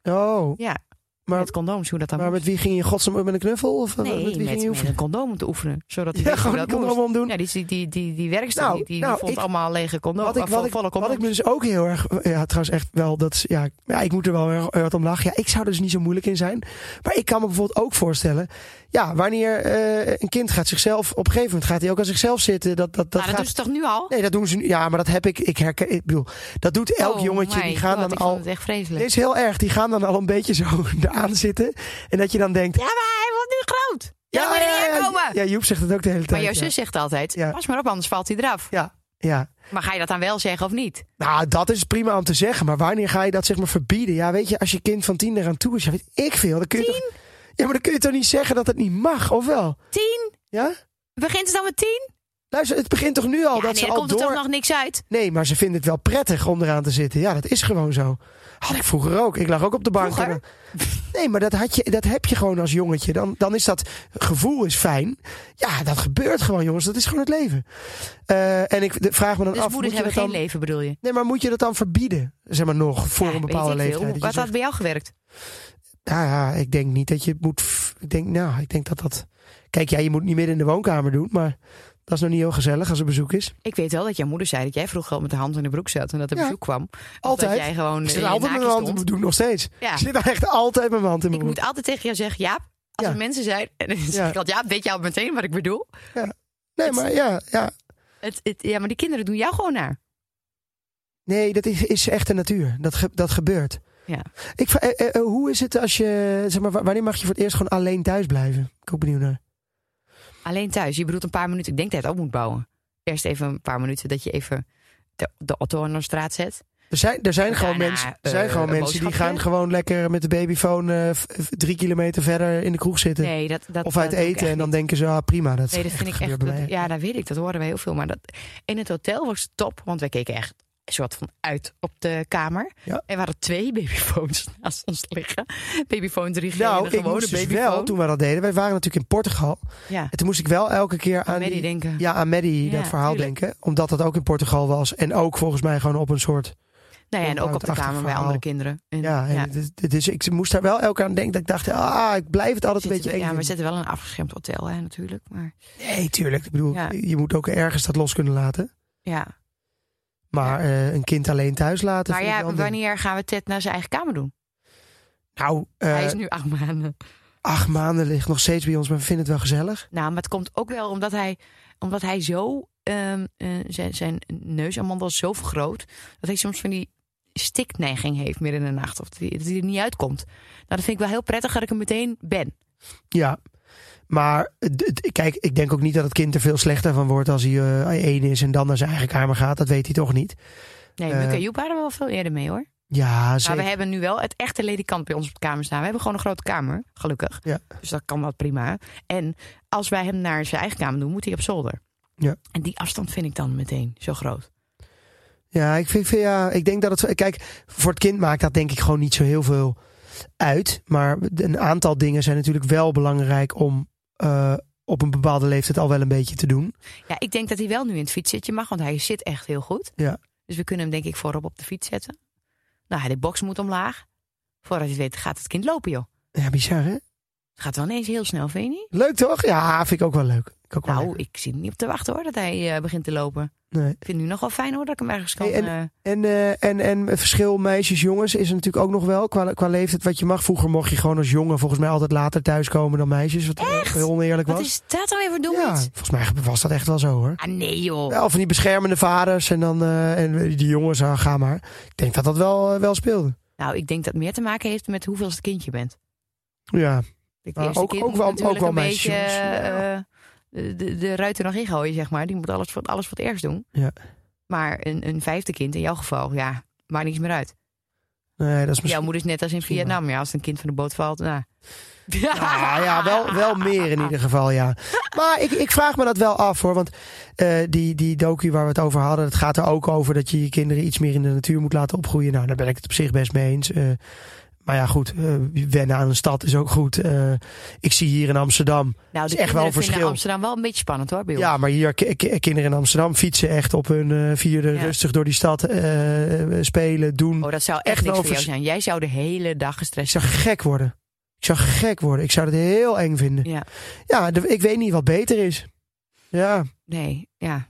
C: Oh,
B: Ja,
C: maar,
B: met condooms, hoe dat dan
C: maar met wie ging je in godsnaam met een knuffel? Of eh,
B: Nee,
C: met
B: met,
C: wie ging je
B: met
C: oefenen?
B: een condoom moeten oefenen. Zodat hij
C: Ja,
B: weet hoe
C: gewoon
B: dat
C: een
B: moest.
C: condoom omdoen.
B: Ja, die, die, die, die, die werkster,
C: Nou,
B: die, die
C: nou,
B: vond
C: ik-
B: allemaal lege condooms.
C: Wat ik, wat, ik,
B: volle
C: wat ik
B: condooms.
C: me dus ook heel erg. Ja, trouwens, echt wel. Dat, is- ja, ja, ik moet er wel heel erg wat om lachen. Ja, ik zou er dus niet zo moeilijk in zijn. Maar ik kan me bijvoorbeeld ook voorstellen. Ja, wanneer eh, een kind gaat zichzelf. Op een gegeven moment gaat hij ook aan zichzelf zitten. Dat, dat, dat,
B: Maar Nou, dat
C: gaat,
B: doen ze toch nu al?
C: Nee, dat doen ze. nu- Ja, maar dat heb ik. Ik herken. Ik bedoel, dat doet elk
B: Oh
C: jongetje.
B: my
C: Die gaan
B: God,
C: dan
B: ik vond
C: al.
B: het echt vreselijk.
C: Dit is heel erg. Die gaan dan al een beetje zo aan zitten. En dat je dan denkt.
B: Ja, maar hij wordt nu groot. Ja, maar
C: ja,
B: ja,
C: ja,
B: komen.
C: ja, Joep zegt het ook de hele tijd.
B: maar jouw
C: ja.
B: zus zegt altijd,
C: Ja.
B: pas maar op, anders valt hij eraf.
C: Ja, Ja.
B: Maar ga je dat dan wel zeggen of niet?
C: Nou, dat is prima om te zeggen. Maar wanneer ga je dat zeg maar verbieden? Ja, weet je, als je kind van tien eraan toe is, ja, weet ik veel. Dan kun je toch, ja, maar dan kun je toch niet zeggen dat het niet mag, of wel?
B: Tien?
C: Ja?
B: Begint het dan met tien?
C: Luister, het begint toch nu al
B: Ja,
C: Oh, dat
B: nee,
C: ze
B: dan
C: al
B: komt er
C: door...
B: toch nog niks uit.
C: Nee, maar ze vinden het wel prettig om eraan te zitten. Ja, dat is gewoon zo. Had ik vroeger ook. Ik lag ook op de bank.
B: Vroeger?
C: En dan- Nee, maar dat, had je, dat heb je gewoon als jongetje. Dan, dan is dat gevoel is fijn. Ja, dat gebeurt gewoon, jongens. Dat is gewoon het leven. Eh, en ik de- vraag me dan
B: Dus
C: af...
B: moeders
C: moet je
B: hebben
C: dat
B: geen
C: dan,
B: leven, bedoel je?
C: Nee, maar moet je dat dan verbieden? Zeg maar nog, voor
B: Ja,
C: een
B: weet
C: bepaalde
B: ik veel.
C: leeftijd. dat
B: Hoe-
C: je
B: Wat
C: zegt,
B: had bij jou gewerkt?
C: nou ja, ik denk niet dat je het moet... f- Ik denk, nou, ik denk dat dat... Kijk, ja, je moet het niet midden in de woonkamer doen, maar... Dat is nog niet heel gezellig als er bezoek is.
B: Ik weet wel dat jouw moeder zei dat jij vroeger al met de hand in de broek zat en dat er
C: Ja.
B: bezoek kwam.
C: Altijd.
B: Dat jij gewoon
C: Ik zit
B: eh,
C: altijd met
B: naakt
C: mijn hand in
B: stond.
C: mijn broek, nog steeds.
B: Ja.
C: Ik zit daar echt altijd met mijn hand in
B: Ik
C: mijn broek.
B: moet altijd tegen jou zeggen, Jaap, als
C: Ja.
B: er mensen zijn... En dan zeg
C: Ja.
B: ik altijd, Jaap, weet jij al meteen wat ik bedoel?
C: Nee, maar ja, ja.
B: Het, het, ja, maar die kinderen doen jou gewoon naar.
C: Nee, dat is, is echt de natuur. Dat, ge- dat gebeurt.
B: Ja.
C: Ik, vra- eh, eh, eh, hoe is het als je, zeg maar, wa- wanneer mag je voor het eerst gewoon alleen thuis blijven? Ik ben ook benieuwd naar.
B: Alleen thuis. Je bedoelt een paar minuten. Ik denk dat je het op moet bouwen. Eerst even een paar minuten dat je even de, de auto aan de straat zet.
C: Er zijn, er zijn
B: En
C: gewoon
B: daarna,
C: mensen, er zijn
B: eh,
C: gewoon
B: een
C: mensen die
B: boodschapje.
C: gaan gewoon lekker met de babyfoon eh, v- v- drie kilometer verder in de kroeg zitten.
B: Nee, dat, dat,
C: of uit
B: dat doe ik
C: eten en
B: echt
C: dan
B: niet.
C: denken ze, ah prima, dat,
B: Nee, dat
C: is
B: vind ik
C: gebeurd
B: echt...
C: bij
B: dat-
C: mij.
B: ja, dat weet ik. Dat horen we heel veel. Maar dat, in het hotel was het top. Want wij keken echt een soort van uit op de kamer.
C: Ja.
B: En er waren twee babyfoons naast ons liggen. Babyfoon 3G
C: Nou,
B: en een
C: ik
B: gewone
C: moest dus
B: babyfoon.
C: wel, toen we dat deden, wij waren natuurlijk in Portugal.
B: Ja,
C: En toen moest ik wel elke keer aan,
B: aan
C: die-
B: Maddie denken.
C: ja, aan Maddie
B: Ja,
C: dat verhaal
B: tuurlijk.
C: denken. Omdat dat ook in Portugal was. En ook volgens mij gewoon op een soort
B: Nou ja, en ook op de
C: Onthoudachtig
B: kamer bij
C: verhaal.
B: andere kinderen. En,
C: Ja, en
B: ja.
C: Dit, dit is, ik moest daar wel elke aan denken. Dat ik dacht, ah, ik blijf het altijd een
B: Zitten
C: beetje
B: we-
C: eng
B: ja, we
C: vinden.
B: zitten wel in een afgeschermd hotel, hè, natuurlijk. Maar
C: Nee, tuurlijk. Ik bedoel,
B: Ja.
C: je moet ook ergens dat los kunnen laten.
B: ja,
C: Maar eh, een kind alleen thuis laten.
B: maar
C: vind ik
B: ja,
C: wel een ding.
B: wanneer gaan we Ted naar zijn eigen kamer doen?
C: Nou, eh,
B: Hij is nu acht maanden.
C: acht maanden ligt nog steeds bij ons, maar we vinden het wel gezellig.
B: Nou, maar het komt ook wel omdat hij, omdat hij zo... ehm, eh, zijn, zijn neusamandel is zo vergroot... dat hij soms van die stikneiging heeft midden in de nacht. Of dat hij, dat hij er niet uitkomt. Nou, dat vind ik wel heel prettig dat ik er meteen ben.
C: Ja. Maar het- het- kijk, ik denk ook niet dat het kind er veel slechter van wordt als hij eh, één is en dan naar zijn eigen kamer gaat. Dat weet hij toch niet.
B: Nee,
C: Eh.
B: Muke en Joep waren er wel veel eerder mee, hoor.
C: Ja,
B: Maar
C: zeker.
B: Nou, we hebben nu wel het echte ledikant bij ons op de kamer staan. We hebben gewoon een grote kamer, gelukkig.
C: Ja.
B: Dus dat kan dat prima. En als wij hem naar zijn eigen kamer doen, moet hij op zolder.
C: Ja.
B: En die afstand vind ik dan meteen zo groot.
C: Ja, ik vind, vind- ja, ik denk dat het. Kijk, voor het kind maakt dat denk ik gewoon niet zo heel veel uit. Maar een aantal dingen zijn natuurlijk wel belangrijk om eh, op een bepaalde leeftijd al wel een beetje te doen.
B: Ja, ik denk dat hij wel nu in het fietszitje mag, want hij zit echt heel goed.
C: Ja.
B: Dus we kunnen hem denk ik voorop op de fiets zetten. Nou, de box moet omlaag. Voordat je het weet gaat het kind lopen, joh.
C: Ja, bizar hè?
B: Het gaat wel ineens heel snel, vind je niet?
C: Leuk toch? Ja, vind ik ook wel leuk. Ik ook wel
B: Nou,
C: leuk.
B: ik zit er niet op te wachten hoor, dat hij eh, begint te lopen.
C: Nee.
B: Ik vind het nu nog wel fijn hoor, dat ik hem ergens kan...
C: Hey, en-
B: eh,
C: En, eh, en, en het verschil meisjes-jongens is er natuurlijk ook nog wel qua, qua leeftijd wat je mag. Vroeger mocht je gewoon als jongen volgens mij altijd later thuiskomen dan meisjes. Wat heel oneerlijk
B: wat
C: was.
B: is dat alweer voor domme
C: ja,
B: iets?
C: volgens mij was dat echt wel zo hoor.
B: Ah nee joh.
C: Ja, of van die beschermende vaders en dan eh, en die jongens, ah, ga maar. Ik denk dat dat wel, eh, wel speelde.
B: Nou, ik denk dat het meer te maken heeft met hoeveel het kindje bent.
C: Ja,
B: Het
C: Maar
B: eerste
C: ook-
B: kind
C: ook
B: moet
C: wel-
B: natuurlijk
C: ook wel
B: een
C: meisjes,
B: beetje
C: jongens, ja.
B: eh, de, de ruiten nog ingooien, zeg maar. Die moet alles voor, alles voor het eerst doen.
C: Ja.
B: Maar een, een vijfde kind, in jouw geval, ja, maakt niks meer uit.
C: nee, dat is
B: Jouw
C: misschien...
B: moeder is net als in
C: misschien
B: Vietnam. Ja, als een kind van de boot valt, nou.
C: Ah, ja, wel, wel meer in ieder geval, ja. Maar ik, ik vraag me dat wel af, hoor. Want eh, die, die docu waar we het over hadden... het gaat er ook over dat je je kinderen iets meer in de natuur moet laten opgroeien. Nou, daar ben ik het op zich best mee eens. Eh, maar ja, goed, eh, wennen aan een stad is ook goed. Eh, ik zie hier in Amsterdam...
B: Nou,
C: is
B: de
C: echt wel
B: kinderen
C: een
B: vinden
C: verschil.
B: Amsterdam wel een beetje spannend hoor, bij ons.
C: Ja, maar hier ki- ki- kinderen in Amsterdam fietsen echt op hun eh, vierde...
B: Ja.
C: rustig door die stad eh, spelen, doen...
B: Oh, dat zou echt,
C: Echt
B: niks
C: wel
B: voor jou
C: vers-
B: zijn. Jij zou de hele dag
C: Ik
B: gestrest
C: zou gek worden. Ik zou gek worden. Ik zou het heel eng vinden.
B: Ja.
C: Ja, de- ik weet niet wat beter is. Ja.
B: Nee, ja.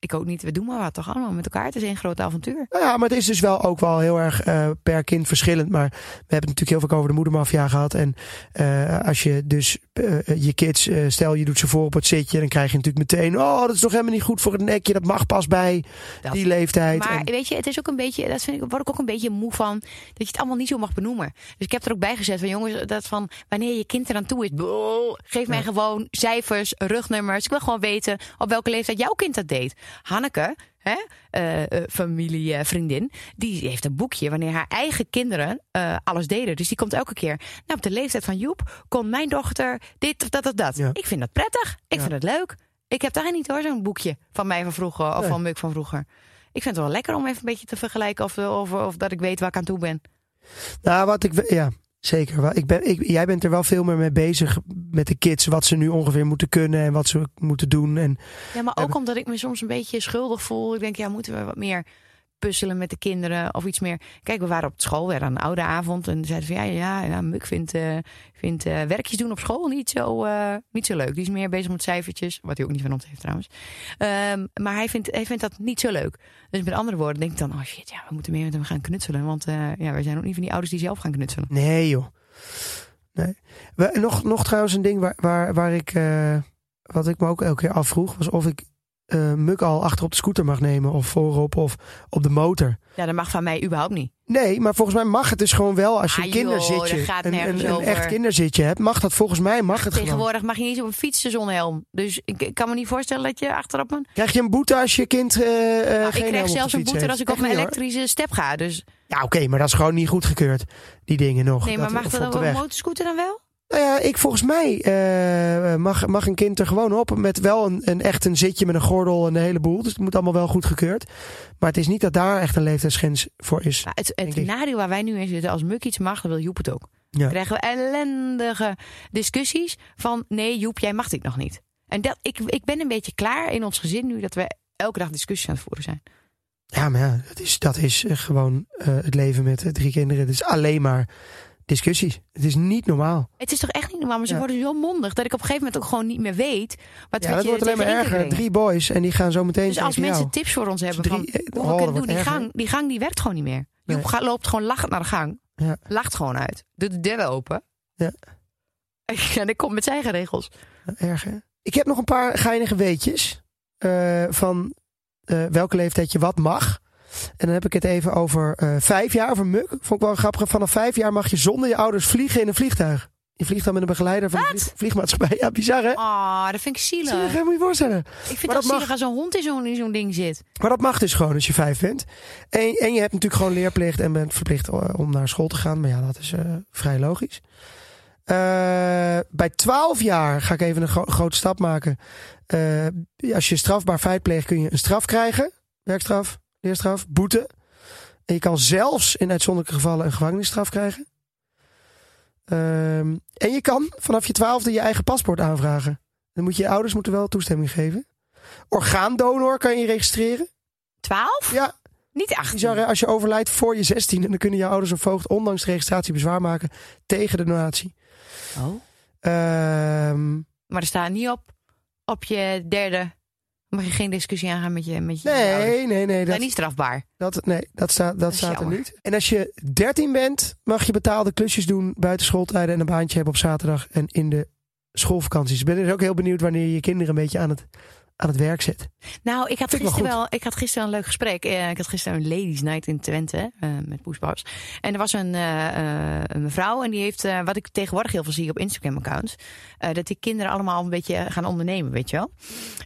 B: Ik ook niet. We doen maar wat toch allemaal met elkaar. Het is één groot avontuur.
C: Nou ja, maar het is dus wel ook wel heel erg eh, per kind verschillend. Maar we hebben het natuurlijk heel veel over de moedermafia gehad. En eh, als je dus eh, je kids, eh, stel je doet ze voor op het zitje, dan krijg je natuurlijk meteen, oh, dat is nog helemaal niet goed voor het nekje. Dat mag pas bij
B: Dat-
C: die leeftijd.
B: Maar
C: En-
B: weet je, het is ook een beetje, dat vind ik, word ik ook een beetje moe van, dat je het allemaal niet zo mag benoemen. Dus ik heb er ook bij gezet van jongens, dat van wanneer je kind eraan toe is, brrr, geef mij gewoon cijfers, rugnummers. Ik wil gewoon weten op welke leeftijd jouw kind dat deed. Hanneke hè, eh, eh, familie, eh, vriendin, die heeft een boekje wanneer haar eigen kinderen eh, alles deden. Dus die komt elke keer. Nou, op de leeftijd van Joep kon mijn dochter dit of dat of dat.
C: Ja.
B: Ik vind dat prettig. Ik
C: Ja.
B: vind het leuk. Ik heb daar niet hoor, zo'n boekje van mij van vroeger of
C: Nee.
B: van Muk van vroeger. Ik vind het wel lekker om even een beetje te vergelijken of, of, of dat ik weet waar ik aan toe ben.
C: Nou, wat ik. we- Ja, zeker. Wa- Ik ben, ik, jij bent er wel veel meer mee bezig met de kids. Wat ze nu ongeveer moeten kunnen en wat ze moeten doen. En
B: Ja, maar ook
C: Hebben-
B: omdat ik me soms een beetje schuldig voel. Ik denk, ja, moeten we wat meer puzzelen met de kinderen of iets meer. Kijk, we waren op school weer aan een oude avond en zeiden van ja, ja, ja Muk vindt, eh, vindt eh, werkjes doen op school niet zo, eh, niet zo leuk. Die is meer bezig met cijfertjes, wat hij ook niet van ons heeft trouwens. Ehm, maar hij vindt, hij vindt dat niet zo leuk. Dus met andere woorden denk ik dan, oh shit, ja, we moeten meer met hem gaan knutselen, want eh, ja, wij zijn ook niet van die ouders die zelf gaan knutselen.
C: nee, joh. Nee. We- nog, nog trouwens een ding waar, waar, waar ik. eh, wat ik me ook elke keer afvroeg. Was of ik. eh, Muk al achter op de scooter mag nemen. Of voorop of op de motor.
B: Ja, dat mag van mij überhaupt niet.
C: Nee, maar volgens mij mag het dus gewoon wel als je
B: Ah,
C: een
B: joh,
C: kinderzitje,
B: dat gaat
C: een,
B: nergens
C: een, een
B: over.
C: echt kinderzitje hebt, mag dat volgens mij mag het gewoon.
B: Tegenwoordig mag je niet op een fiets zonder helm. Dus ik, ik kan me niet voorstellen dat je achterop een
C: Krijg je een boete als je kind eh, eh, geen
B: Nou,
C: helm
B: ik krijg
C: op de
B: zelfs een
C: fiets
B: boete
C: heeft?
B: als ik op
C: Echt
B: mijn
C: niet, hoor.
B: elektrische step ga. Dus
C: Ja, oké, maar dat is gewoon niet goedgekeurd, die dingen nog.
B: nee, maar mag
C: of
B: dat
C: op
B: ook
C: de
B: op een
C: weg.
B: motorscooter dan wel?
C: Nou ja, ik volgens mij eh, mag, mag een kind er gewoon op met wel een, een echt een zitje met een gordel en een heleboel. Dus het moet allemaal wel goedgekeurd. Maar het is niet dat daar echt een leeftijdsgrens voor is.
B: Nou, het
C: Denk
B: het
C: ik.
B: nadeel waar wij nu in zitten, als Muk iets mag, dan wil Joep het ook.
C: Ja.
B: Dan krijgen we ellendige discussies van nee Joep, jij mag dit nog niet. En dat, ik, ik ben een beetje klaar in ons gezin nu dat we elke dag discussies aan het voeren zijn.
C: Ja, maar ja, dat is, dat is eh, gewoon eh, het leven met eh, drie kinderen. Het is alleen maar discussies. Het is niet normaal.
B: Het is toch echt niet normaal, maar ze
C: Ja.
B: worden zo mondig dat ik op een gegeven moment ook gewoon niet meer weet. Wat
C: Ja,
B: wat
C: dat
B: je
C: wordt alleen maar
B: tegen in te
C: erger.
B: brengen.
C: Drie boys en die gaan zo meteen
B: Dus als
C: tegen
B: mensen
C: jou.
B: tips voor ons hebben
C: drie-
B: van
C: eh, oh,
B: hoe we
C: dat
B: kunnen doen,
C: wordt
B: die
C: erger.
B: gang, die gang die werkt gewoon niet meer.
C: Nee.
B: Joep gaat, loopt gewoon lachend naar de gang.
C: Ja.
B: Lacht gewoon uit. Doet de deur open.
C: Ja.
B: En ik kom met zijn eigen regels.
C: Erg, hè? Ik heb nog een paar geinige weetjes. eh, van eh, welke leeftijd je wat mag. En dan heb ik het even over eh, vijf jaar, over muk. Vond ik wel grappig. Vanaf vijf jaar mag je zonder je ouders vliegen in een vliegtuig. Je vliegt dan met een begeleider van de vlieg- vliegmaatschappij. Ja, bizar hè?
B: Ah, dat vind ik zielig.
C: Zie je, hè? moet je je voorstellen.
B: Ik vind
C: Maar
B: dat
C: dat mag.
B: zielig als een hond in zo'n in zo'n ding zit.
C: Maar dat mag dus gewoon als je vijf bent. En, en je hebt natuurlijk gewoon leerplicht en bent verplicht eh, om naar school te gaan. Maar ja, dat is eh, vrij logisch. Eh, bij twaalf jaar ga ik even een gro- grote stap maken. Eh, als je strafbaar feit pleegt, kun je een straf krijgen. Werkstraf, leerstraf, boete. En je kan zelfs in uitzonderlijke gevallen een gevangenisstraf krijgen. Ehm, en je kan vanaf je twaalfde je eigen paspoort aanvragen. Dan moet je, je ouders moeten wel toestemming geven. Orgaandonor kan je registreren.
B: Twaalf?
C: Ja,
B: Niet acht.
C: bizar hè? Als je overlijdt voor je 16 en dan kunnen jouw ouders of voogd ondanks de registratie bezwaar maken tegen de donatie.
B: Oh.
C: Ehm,
B: Maar er staat niet op. Op je derde mag je geen discussie aangaan met je met je ouders.
C: nee, nee, nee.
B: Dat
C: Dat,
B: is niet strafbaar.
C: dat, nee, dat staat, dat
B: is
C: staat er
B: jammer.
C: niet. En als je 13 bent, mag je betaalde klusjes doen buiten schooltijden en een baantje hebben op zaterdag en in de schoolvakanties. Ik ben dus ook heel benieuwd wanneer je je kinderen een beetje aan het, aan het werk zet.
B: Nou, ik had,
C: Vind ik wel
B: gisteren
C: goed.
B: wel, ik had gisteren een leuk gesprek. Eh, ik had gisteren een ladies night in Twente eh, met Poesbabs. En er was een, eh, eh, een mevrouw en die heeft, eh, wat ik tegenwoordig heel veel zie op Instagram-accounts... eh, dat die kinderen allemaal een beetje gaan ondernemen, weet je wel.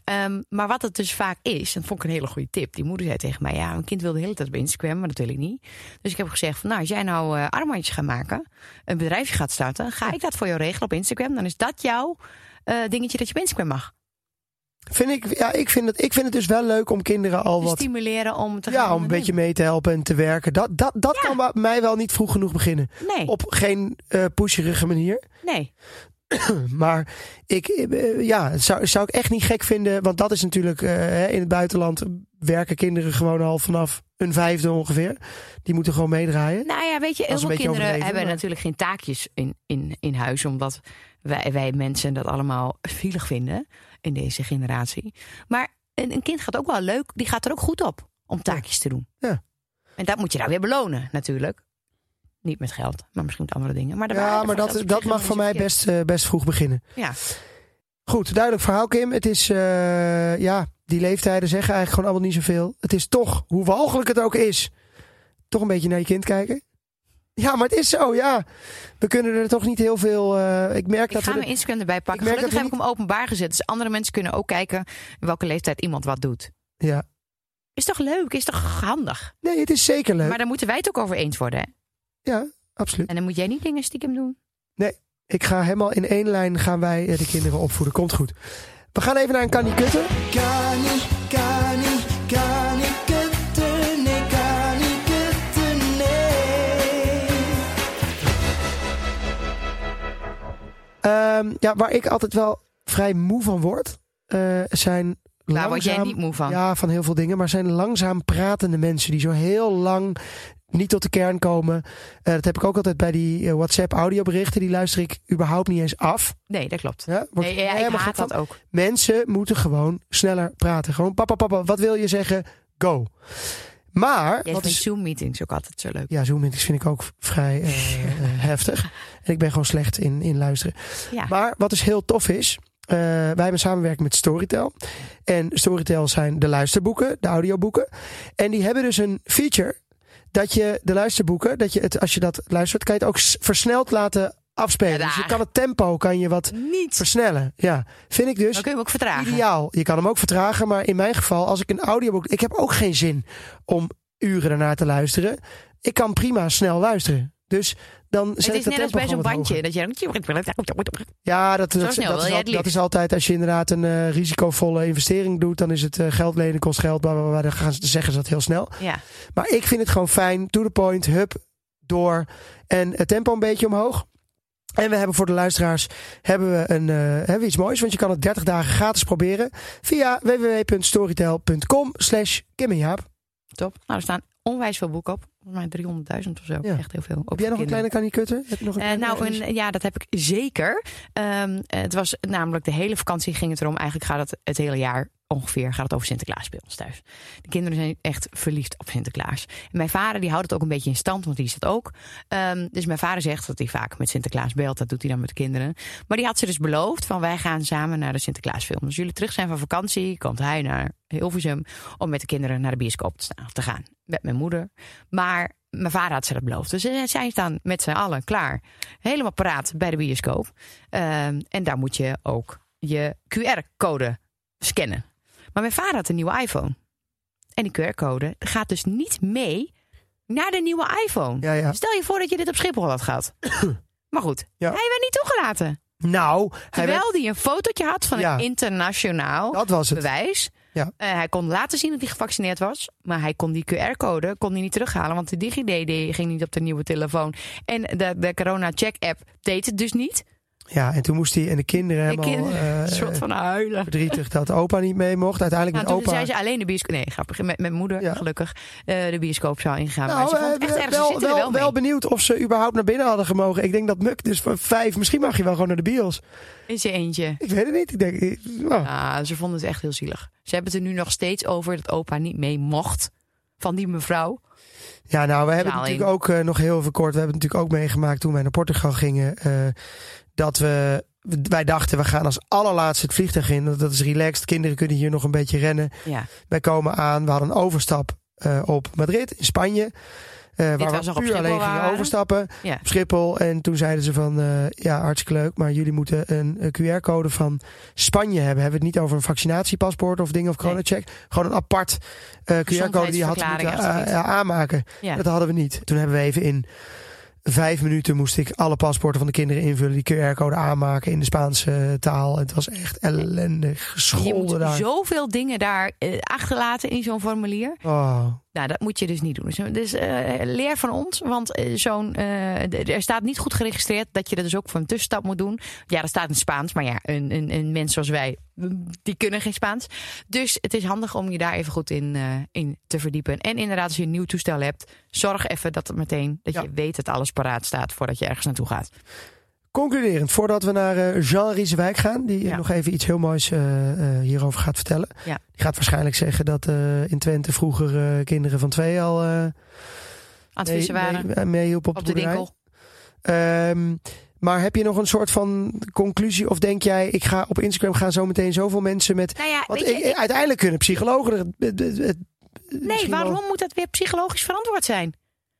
B: Ehm, maar wat het dus vaak is, en dat vond ik een hele goede tip. Die moeder zei tegen mij, ja, mijn kind wil de hele tijd op Instagram, maar dat wil ik niet. Dus ik heb gezegd, van, nou, als jij nou eh armbandjes gaat maken, een bedrijfje gaat starten... ga ik dat voor jou regelen op Instagram, dan is dat jouw eh, dingetje dat je op Instagram mag.
C: Vind ik, ja, ik, vind het, ik vind het dus wel leuk om kinderen al
B: Dus
C: wat
B: stimuleren om te gaan
C: ja, om een beetje
B: ondernemen.
C: mee te helpen en te werken. Dat, dat, dat
B: Ja.
C: kan bij mij wel niet vroeg genoeg beginnen.
B: Nee,
C: Op geen eh pusherige manier.
B: nee.
C: Maar ik, eh, ja, het zou, zou ik echt niet gek vinden. Want dat is natuurlijk eh, hè, in het buitenland werken kinderen gewoon al vanaf een vijfde ongeveer. Die moeten gewoon meedraaien.
B: Nou ja, weet je, heel
C: is een
B: veel
C: beetje
B: kinderen
C: overdreven,
B: hebben
C: maar-
B: natuurlijk geen taakjes in, in, in huis. Omdat wij, wij mensen dat allemaal zielig vinden in deze generatie. Maar een, een kind gaat ook wel leuk, die gaat er ook goed op om taakjes te doen.
C: Ja.
B: En dat moet je dan weer belonen, natuurlijk. Niet met geld, maar misschien met andere dingen. Maar daar waren
C: Ja,
B: er
C: maar
B: van
C: dat,
B: soort
C: dat
B: dingen
C: mag voor mij
B: mensen
C: best, eh, best vroeg beginnen.
B: verkeerd. Ja.
C: Goed, duidelijk verhaal Kim. Het is, eh, ja, die leeftijden zeggen eigenlijk gewoon allemaal niet zoveel. Het is toch, hoe walgelijk het ook is, toch een beetje naar je kind kijken. Ja, maar het is zo, ja. We kunnen er toch niet heel veel... eh, ik merk
B: Ik
C: dat
B: ga
C: we...
B: mijn Instagram erbij pakken.
C: Ik merk
B: Gelukkig
C: dat
B: heb
C: we
B: ik hem openbaar gezet. Dus andere mensen kunnen ook kijken in welke leeftijd iemand wat doet.
C: Ja.
B: Is toch leuk? Is toch handig?
C: Nee, het is zeker leuk.
B: Maar daar moeten wij het ook over eens worden. Hè?
C: Ja, absoluut.
B: En dan moet jij niet dingen stiekem doen.
C: Ik ga helemaal in één lijn gaan wij eh, de kinderen opvoeden. Komt goed. We gaan even naar een kan die kutten.
A: Kan niet, kan niet, kan niet kutten, nee, kan niet kutten, nee.
C: Ehm, ja, waar ik altijd wel vrij moe van word, eh, zijn
B: Daar
C: langzaam...
B: word jij niet moe van.
C: Ja, van heel veel dingen. Maar zijn langzaam pratende mensen die zo heel lang niet tot de kern komen. Eh, dat heb ik ook altijd bij die eh, WhatsApp-audioberichten. Die luister ik überhaupt niet eens af.
B: Nee, dat klopt.
C: Ja, word
B: Nee,
C: ik
B: ja, ik
C: helemaal
B: haat
C: gek van.
B: dat ook.
C: Mensen moeten gewoon sneller praten. Gewoon papa, papa, wat wil je zeggen? Go. Maar...
B: Jij
C: wat
B: vindt
C: is-
B: Zoom-meetings ook altijd zo leuk.
C: ja, Zoom-meetings vind ik ook vrij eh, eh, heftig. En ik ben gewoon slecht in, in luisteren.
B: Ja.
C: Maar wat dus heel tof is... eh, wij hebben samenwerking met Storytel. En Storytel zijn de luisterboeken, de audioboeken. En die hebben dus een feature dat je de luisterboeken, dat je het, als je dat luistert, kan je het ook s- versneld laten afspelen.
B: Ja,
C: dus je
B: daar.
C: kan het tempo kan je wat
B: Niet.
C: versnellen. Ja, vind ik dus
B: Dan kun je hem ook vertragen.
C: ideaal. Je kan hem ook vertragen, maar in mijn geval, als ik een audioboek... Ik heb ook geen zin om uren ernaar te luisteren. Ik kan prima snel luisteren. Dus dan zet
B: Het
C: ik
B: is
C: dat
B: net als
C: tempo
B: bij zo'n
C: gewoon wat hoger.
B: bandje. Dat jij dan...
C: Ja, dat, dat,
B: snel
C: dat
B: wil
C: is
B: jij
C: al-
B: het liefst.
C: dat is altijd als je inderdaad een eh, risicovolle investering doet. Dan is het eh, geld lenen kost geld, bla, bla, bla, dan gaan ze, zeggen ze dat heel snel.
B: Ja.
C: Maar ik vind het gewoon fijn. To the point, hup, door. En het tempo een beetje omhoog. En we hebben voor de luisteraars hebben we, een, eh, hebben we iets moois. Want je kan het 30 dagen gratis proberen. Via www.storytel.com slash Kim en Jaap.
B: Top. Nou, er staan onwijs veel boeken op. Volgens mij 300.000 of zo.
C: Ja.
B: Echt heel veel. Ook
C: Heb jij nog een
B: voor kinderen.
C: kleine kanikutter? Heb je nog een
B: Eh,
C: kleine
B: nou,
C: ergens?
B: een, ja, dat heb ik zeker. Ehm, eh, het was namelijk de hele vakantie ging het erom. Eigenlijk gaat het het hele jaar ongeveer gaat het over Sinterklaas bij ons thuis. De kinderen zijn echt verliefd op Sinterklaas. En mijn vader die houdt het ook een beetje in stand, want die is dat ook. Ehm, dus mijn vader zegt dat hij vaak met Sinterklaas belt. Dat doet hij dan met de kinderen. Maar die had ze dus beloofd van wij gaan samen naar de Sinterklaasfilm. Als jullie terug zijn van vakantie, komt hij naar Hilversum... om met de kinderen naar de bioscoop te staan- te gaan. Met mijn moeder. Maar mijn vader had ze dat beloofd. Dus ze- zij staan met z'n allen klaar. Helemaal paraat bij de bioscoop. Ehm, en daar moet je ook je QR-code scannen. Maar mijn vader had een nieuwe iPhone. En die QR-code gaat dus niet mee naar de nieuwe iPhone.
C: Ja, ja.
B: Stel je voor dat je dit op Schiphol had gehad. maar goed,
C: Ja.
B: hij werd niet toegelaten.
C: Nou, hij werd-
B: Terwijl hij een fotootje had van
C: Ja.
B: een internationaal
C: dat was het.
B: bewijs.
C: Ja.
B: Eh, hij kon laten zien dat hij gevaccineerd was. Maar hij kon die QR-code kon hij niet terughalen. Want de DigiD ging niet op de nieuwe telefoon. En de, de corona-check-app deed het dus niet.
C: Ja, en toen moest hij en de kinderen
B: Ik
C: helemaal...
B: kind, een
C: eh,
B: soort van huilen.
C: verdrietig dat opa niet mee mocht. Uiteindelijk
B: Nou,
C: met
B: toen
C: opa.
B: zijn ze alleen de bioscoop... Nee, grappig. Met mijn moeder,
C: Ja.
B: gelukkig, eh, de bioscoopzaal ingegaan.
C: Nou,
B: maar ze vond
C: eh,
B: het echt erg. Ze
C: wel,
B: zitten er
C: wel,
B: wel mee.
C: wel benieuwd of ze überhaupt naar binnen hadden gemogen. Ik denk dat Muk dus voor vijf, misschien mag je wel gewoon naar de bios.
B: In zijn eentje.
C: Ik weet het niet. Ik denk, eh, nou,
B: Ah, ze vonden het echt heel zielig. Ze hebben het er nu nog steeds over dat opa niet mee mocht. Van die mevrouw.
C: Ja, nou, we hebben
B: Nou,
C: natuurlijk ook eh, nog heel even kort. We hebben natuurlijk ook meegemaakt toen wij naar Portugal gingen. eh, dat we. Wij dachten, we gaan als allerlaatste het vliegtuig in. want Dat is relaxed. Kinderen kunnen hier nog een beetje rennen.
B: Ja.
C: Wij komen aan. We hadden een overstap eh, op Madrid in Spanje. eh, waar
B: was
C: we
B: nog op
C: puur
B: Schiphol
C: alleen gingen
B: waren.
C: overstappen.
B: Ja.
C: Op Schiphol. En toen zeiden ze van, eh, ja, hartstikke leuk. Maar jullie moeten een eh, QR-code van Spanje hebben. Hebben we het niet over een vaccinatiepaspoort of dingen of corona-check. Gewoon een apart eh, QR-code die je had moeten
B: Gezondheidsverklaring,
C: eh,
B: echt iets.
C: ja, aanmaken.
B: Ja.
C: Dat hadden we niet. Toen hebben we even in vijf minuten moest ik alle paspoorten van de kinderen invullen. Die QR-code aanmaken in de Spaanse taal. Het was echt ellendig.
B: Je
C: Gescholden
B: moet
C: daar.
B: zoveel dingen daar eh, achterlaten in zo'n formulier.
C: Oh.
B: Nou, dat moet je dus niet doen. Dus, dus eh, leer van ons, want eh, zo'n, eh, d- er staat niet goed geregistreerd dat je dat dus ook voor een tussenstap moet doen. Ja, dat staat in Spaans, maar ja, een, een, een mens zoals wij, mm, die kunnen geen Spaans. Dus het is handig om je daar even goed in, eh, in te verdiepen. En inderdaad, als je een nieuw toestel hebt, zorg even dat, het meteen, dat
C: Ja.
B: je weet dat alles paraat staat voordat je ergens naartoe gaat.
C: Concluderend, voordat we naar eh, Jean Riesewijk gaan, die eh,
B: Ja.
C: nog even iets heel moois eh, eh, hierover gaat vertellen.
B: Ja.
C: Die gaat waarschijnlijk zeggen dat eh, in Twente vroeger eh, kinderen van twee al eh
B: Aan het
C: mee,
B: vissen waren,
C: mee- meehielpen op,
B: op de
C: boerderij.
B: winkel.
C: Ehm, maar heb je nog een soort van conclusie? Of denk jij, ik ga op Instagram gaan zo meteen zoveel mensen met.
B: Nou ja,
C: Want
B: weet je,
C: ik- uiteindelijk kunnen psychologen. er- Het, het- het-
B: Nee,
C: misschien wel-
B: waarom moet dat weer psychologisch verantwoord zijn?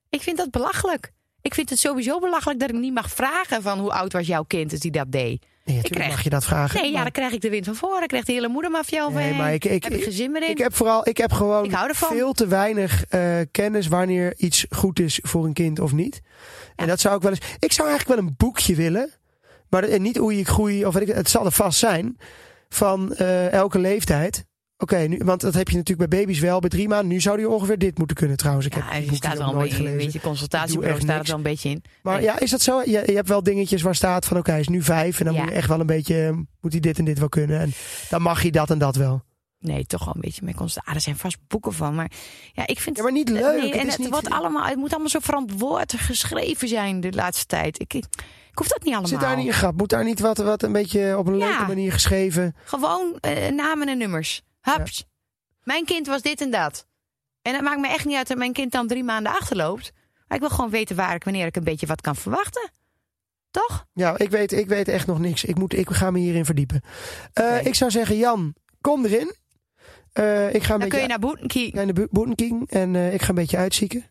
B: Ik vind dat belachelijk. Ik vind het sowieso belachelijk dat ik niet mag vragen van hoe oud was jouw kind als die dat deed.
C: Nee, natuurlijk
B: krijg-
C: mag je dat vragen.
B: Nee, ja,
C: maar-
B: dan krijg ik de wind van voren. Ik krijg de hele moedermafia over.
C: Nee, maar ik- ik-
B: heb ik geen zin meer in.
C: Ik heb vooral, ik heb gewoon
B: Ik hou ervan.
C: veel te weinig eh, kennis wanneer iets goed is voor een kind of niet. En dat zou ik wel eens. Ik zou eigenlijk wel een boekje willen, maar dat- en niet hoe ik groei of weet ik, het, het zal er vast zijn van eh, elke leeftijd. Oké, nu, want dat heb je natuurlijk bij baby's wel bij drie maanden. Nu zou die ongeveer dit moeten kunnen trouwens. Ik
B: ja,
C: heb die
B: je
C: boekje
B: staat
C: nog
B: er al
C: nooit
B: een beetje, een
C: gelezen.
B: beetje consultatiebureau
C: echt
B: staat er
C: niks.
B: wel een beetje in.
C: Maar
B: Nee.
C: ja, is dat zo? Je, je hebt wel dingetjes waar staat van oké, hij is nu vijf en dan
B: Ja.
C: moet je echt wel een beetje, eh, moet hij dit en dit wel kunnen. En dan mag hij dat en dat wel.
B: Nee, toch wel een beetje mee constant. Ah, er zijn vast boeken van, maar ja, ik vind
C: Ja, maar niet leuk.
B: Eh, Nee,
C: het
B: en
C: is
B: het,
C: niet...
B: wordt allemaal, het moet allemaal zo verantwoord geschreven zijn de laatste tijd. Ik, ik, ik hoef dat niet allemaal.
C: Zit daar niet een grap? Moet daar niet wat, wat een beetje op een
B: Ja.
C: leuke manier geschreven?
B: Gewoon eh, namen en nummers. Haps. Mijn kind was dit en dat. En het maakt me echt niet uit dat mijn kind dan drie maanden achterloopt. Maar ik wil gewoon weten waar ik, wanneer ik een beetje wat kan verwachten. Toch?
C: Ja, ik weet, ik weet echt nog niks. Ik, moet, ik ga me hierin verdiepen. Eh,
B: Oké.
C: Ik zou zeggen, Jan, kom erin. Eh, ik ga een
B: Dan kun
C: beetje
B: je naar Boeten kijken
C: naar de Boetenking en eh, ik ga een beetje uitzieken.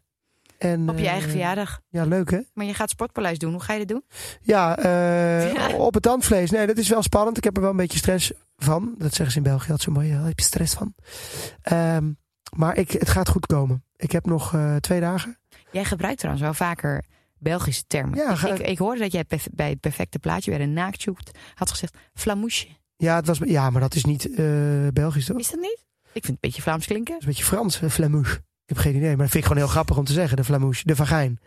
C: En,
B: op je
C: eh,
B: eigen verjaardag.
C: Ja, leuk hè?
B: Maar je gaat Sportpaleis doen. Hoe ga je dat doen?
C: Ja, eh,
B: Ja.
C: op het tandvlees. Nee, dat is wel spannend. Ik heb er wel een beetje stress van. Dat zeggen ze in België altijd zo mooi. Daar heb je stress van. Ehm, maar ik, het gaat goed komen. Ik heb nog eh, twee dagen.
B: Jij gebruikt trouwens wel vaker Belgische termen.
C: Ja,
B: ik,
C: ga-
B: ik, ik hoorde dat jij perf- bij het perfecte plaatje bij de naaktjoekt had gezegd flamoesje.
C: Ja, het was, ja maar dat is niet eh, Belgisch toch?
B: Is dat niet? Ik vind het een beetje Vlaams klinken.
C: Dat is een beetje Frans, hè, flamouche. Ik heb geen idee, maar dat vind ik gewoon heel grappig om te zeggen, de flamouche, de vagijn.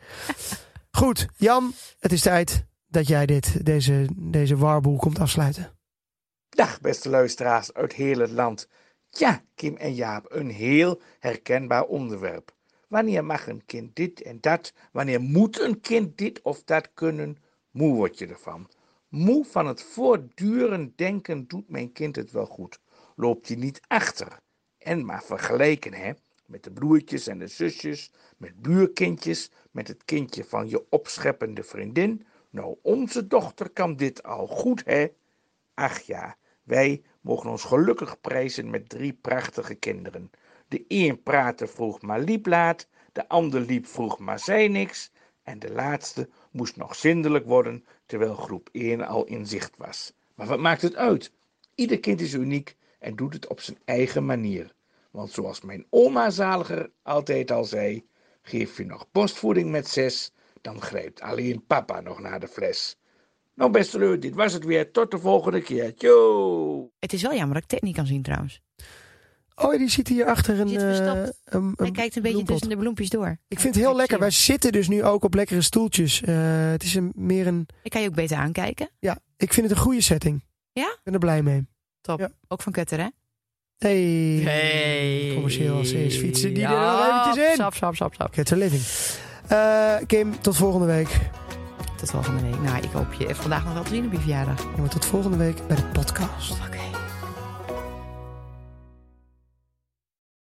C: Goed, Jan, het is tijd dat jij dit, deze, deze warboel komt afsluiten.
F: Dag beste luisteraars uit heel het land. Tja, Kim en Jaap, een heel herkenbaar onderwerp. Wanneer mag een kind dit en dat? Wanneer moet een kind dit of dat kunnen? Moe word je ervan. Moe van het voortdurend denken, doet mijn kind het wel goed? Loopt hij niet achter? En maar vergelijken, hè? Met de broertjes en de zusjes, met buurkindjes, met het kindje van je opscheppende vriendin. Nou, onze dochter kan dit al goed, hè? Ach ja, wij mogen ons gelukkig prijzen met drie prachtige kinderen. De een praatte vroeg maar liep laat, de ander liep vroeg maar zei niks en de laatste moest nog zindelijk worden terwijl groep 1 al in zicht was. Maar wat maakt het uit? Ieder kind is uniek en doet het op zijn eigen manier. Want zoals mijn oma zaliger altijd al zei, geef je nog borstvoeding met zes, dan grijpt alleen papa nog naar de fles. Nou, beste Leu, dit was het weer. Tot de volgende keer. Tjoe!
B: Het is wel jammer dat ik Ted niet kan zien trouwens.
C: Oh, die zit hier achter een...
B: zit
C: eh,
B: verstopt.
C: een-
B: Hij
C: een
B: kijkt een beetje dus
C: bloempot.
B: tussen de bloempjes door.
C: Ik vind het heel lekker. Wij zitten dus nu ook op lekkere stoeltjes. Eh, het is een, meer een...
B: Ik kan je ook beter aankijken.
C: Ja, ik vind het een goede setting.
B: Ja?
C: Ik ben er blij mee.
B: Top.
C: Ja.
B: Ook van Kutter, hè?
C: Hey. Commercieel als ze is fietsen die er nog eventjes in.
B: Sap, sap, sap, sap.
C: Get a living. Eh, Kim, tot volgende week.
B: Tot volgende week. Nou, ik hoop je vandaag nog wel te zien op je verjaardag.
C: En tot volgende week bij de podcast.
B: Oké.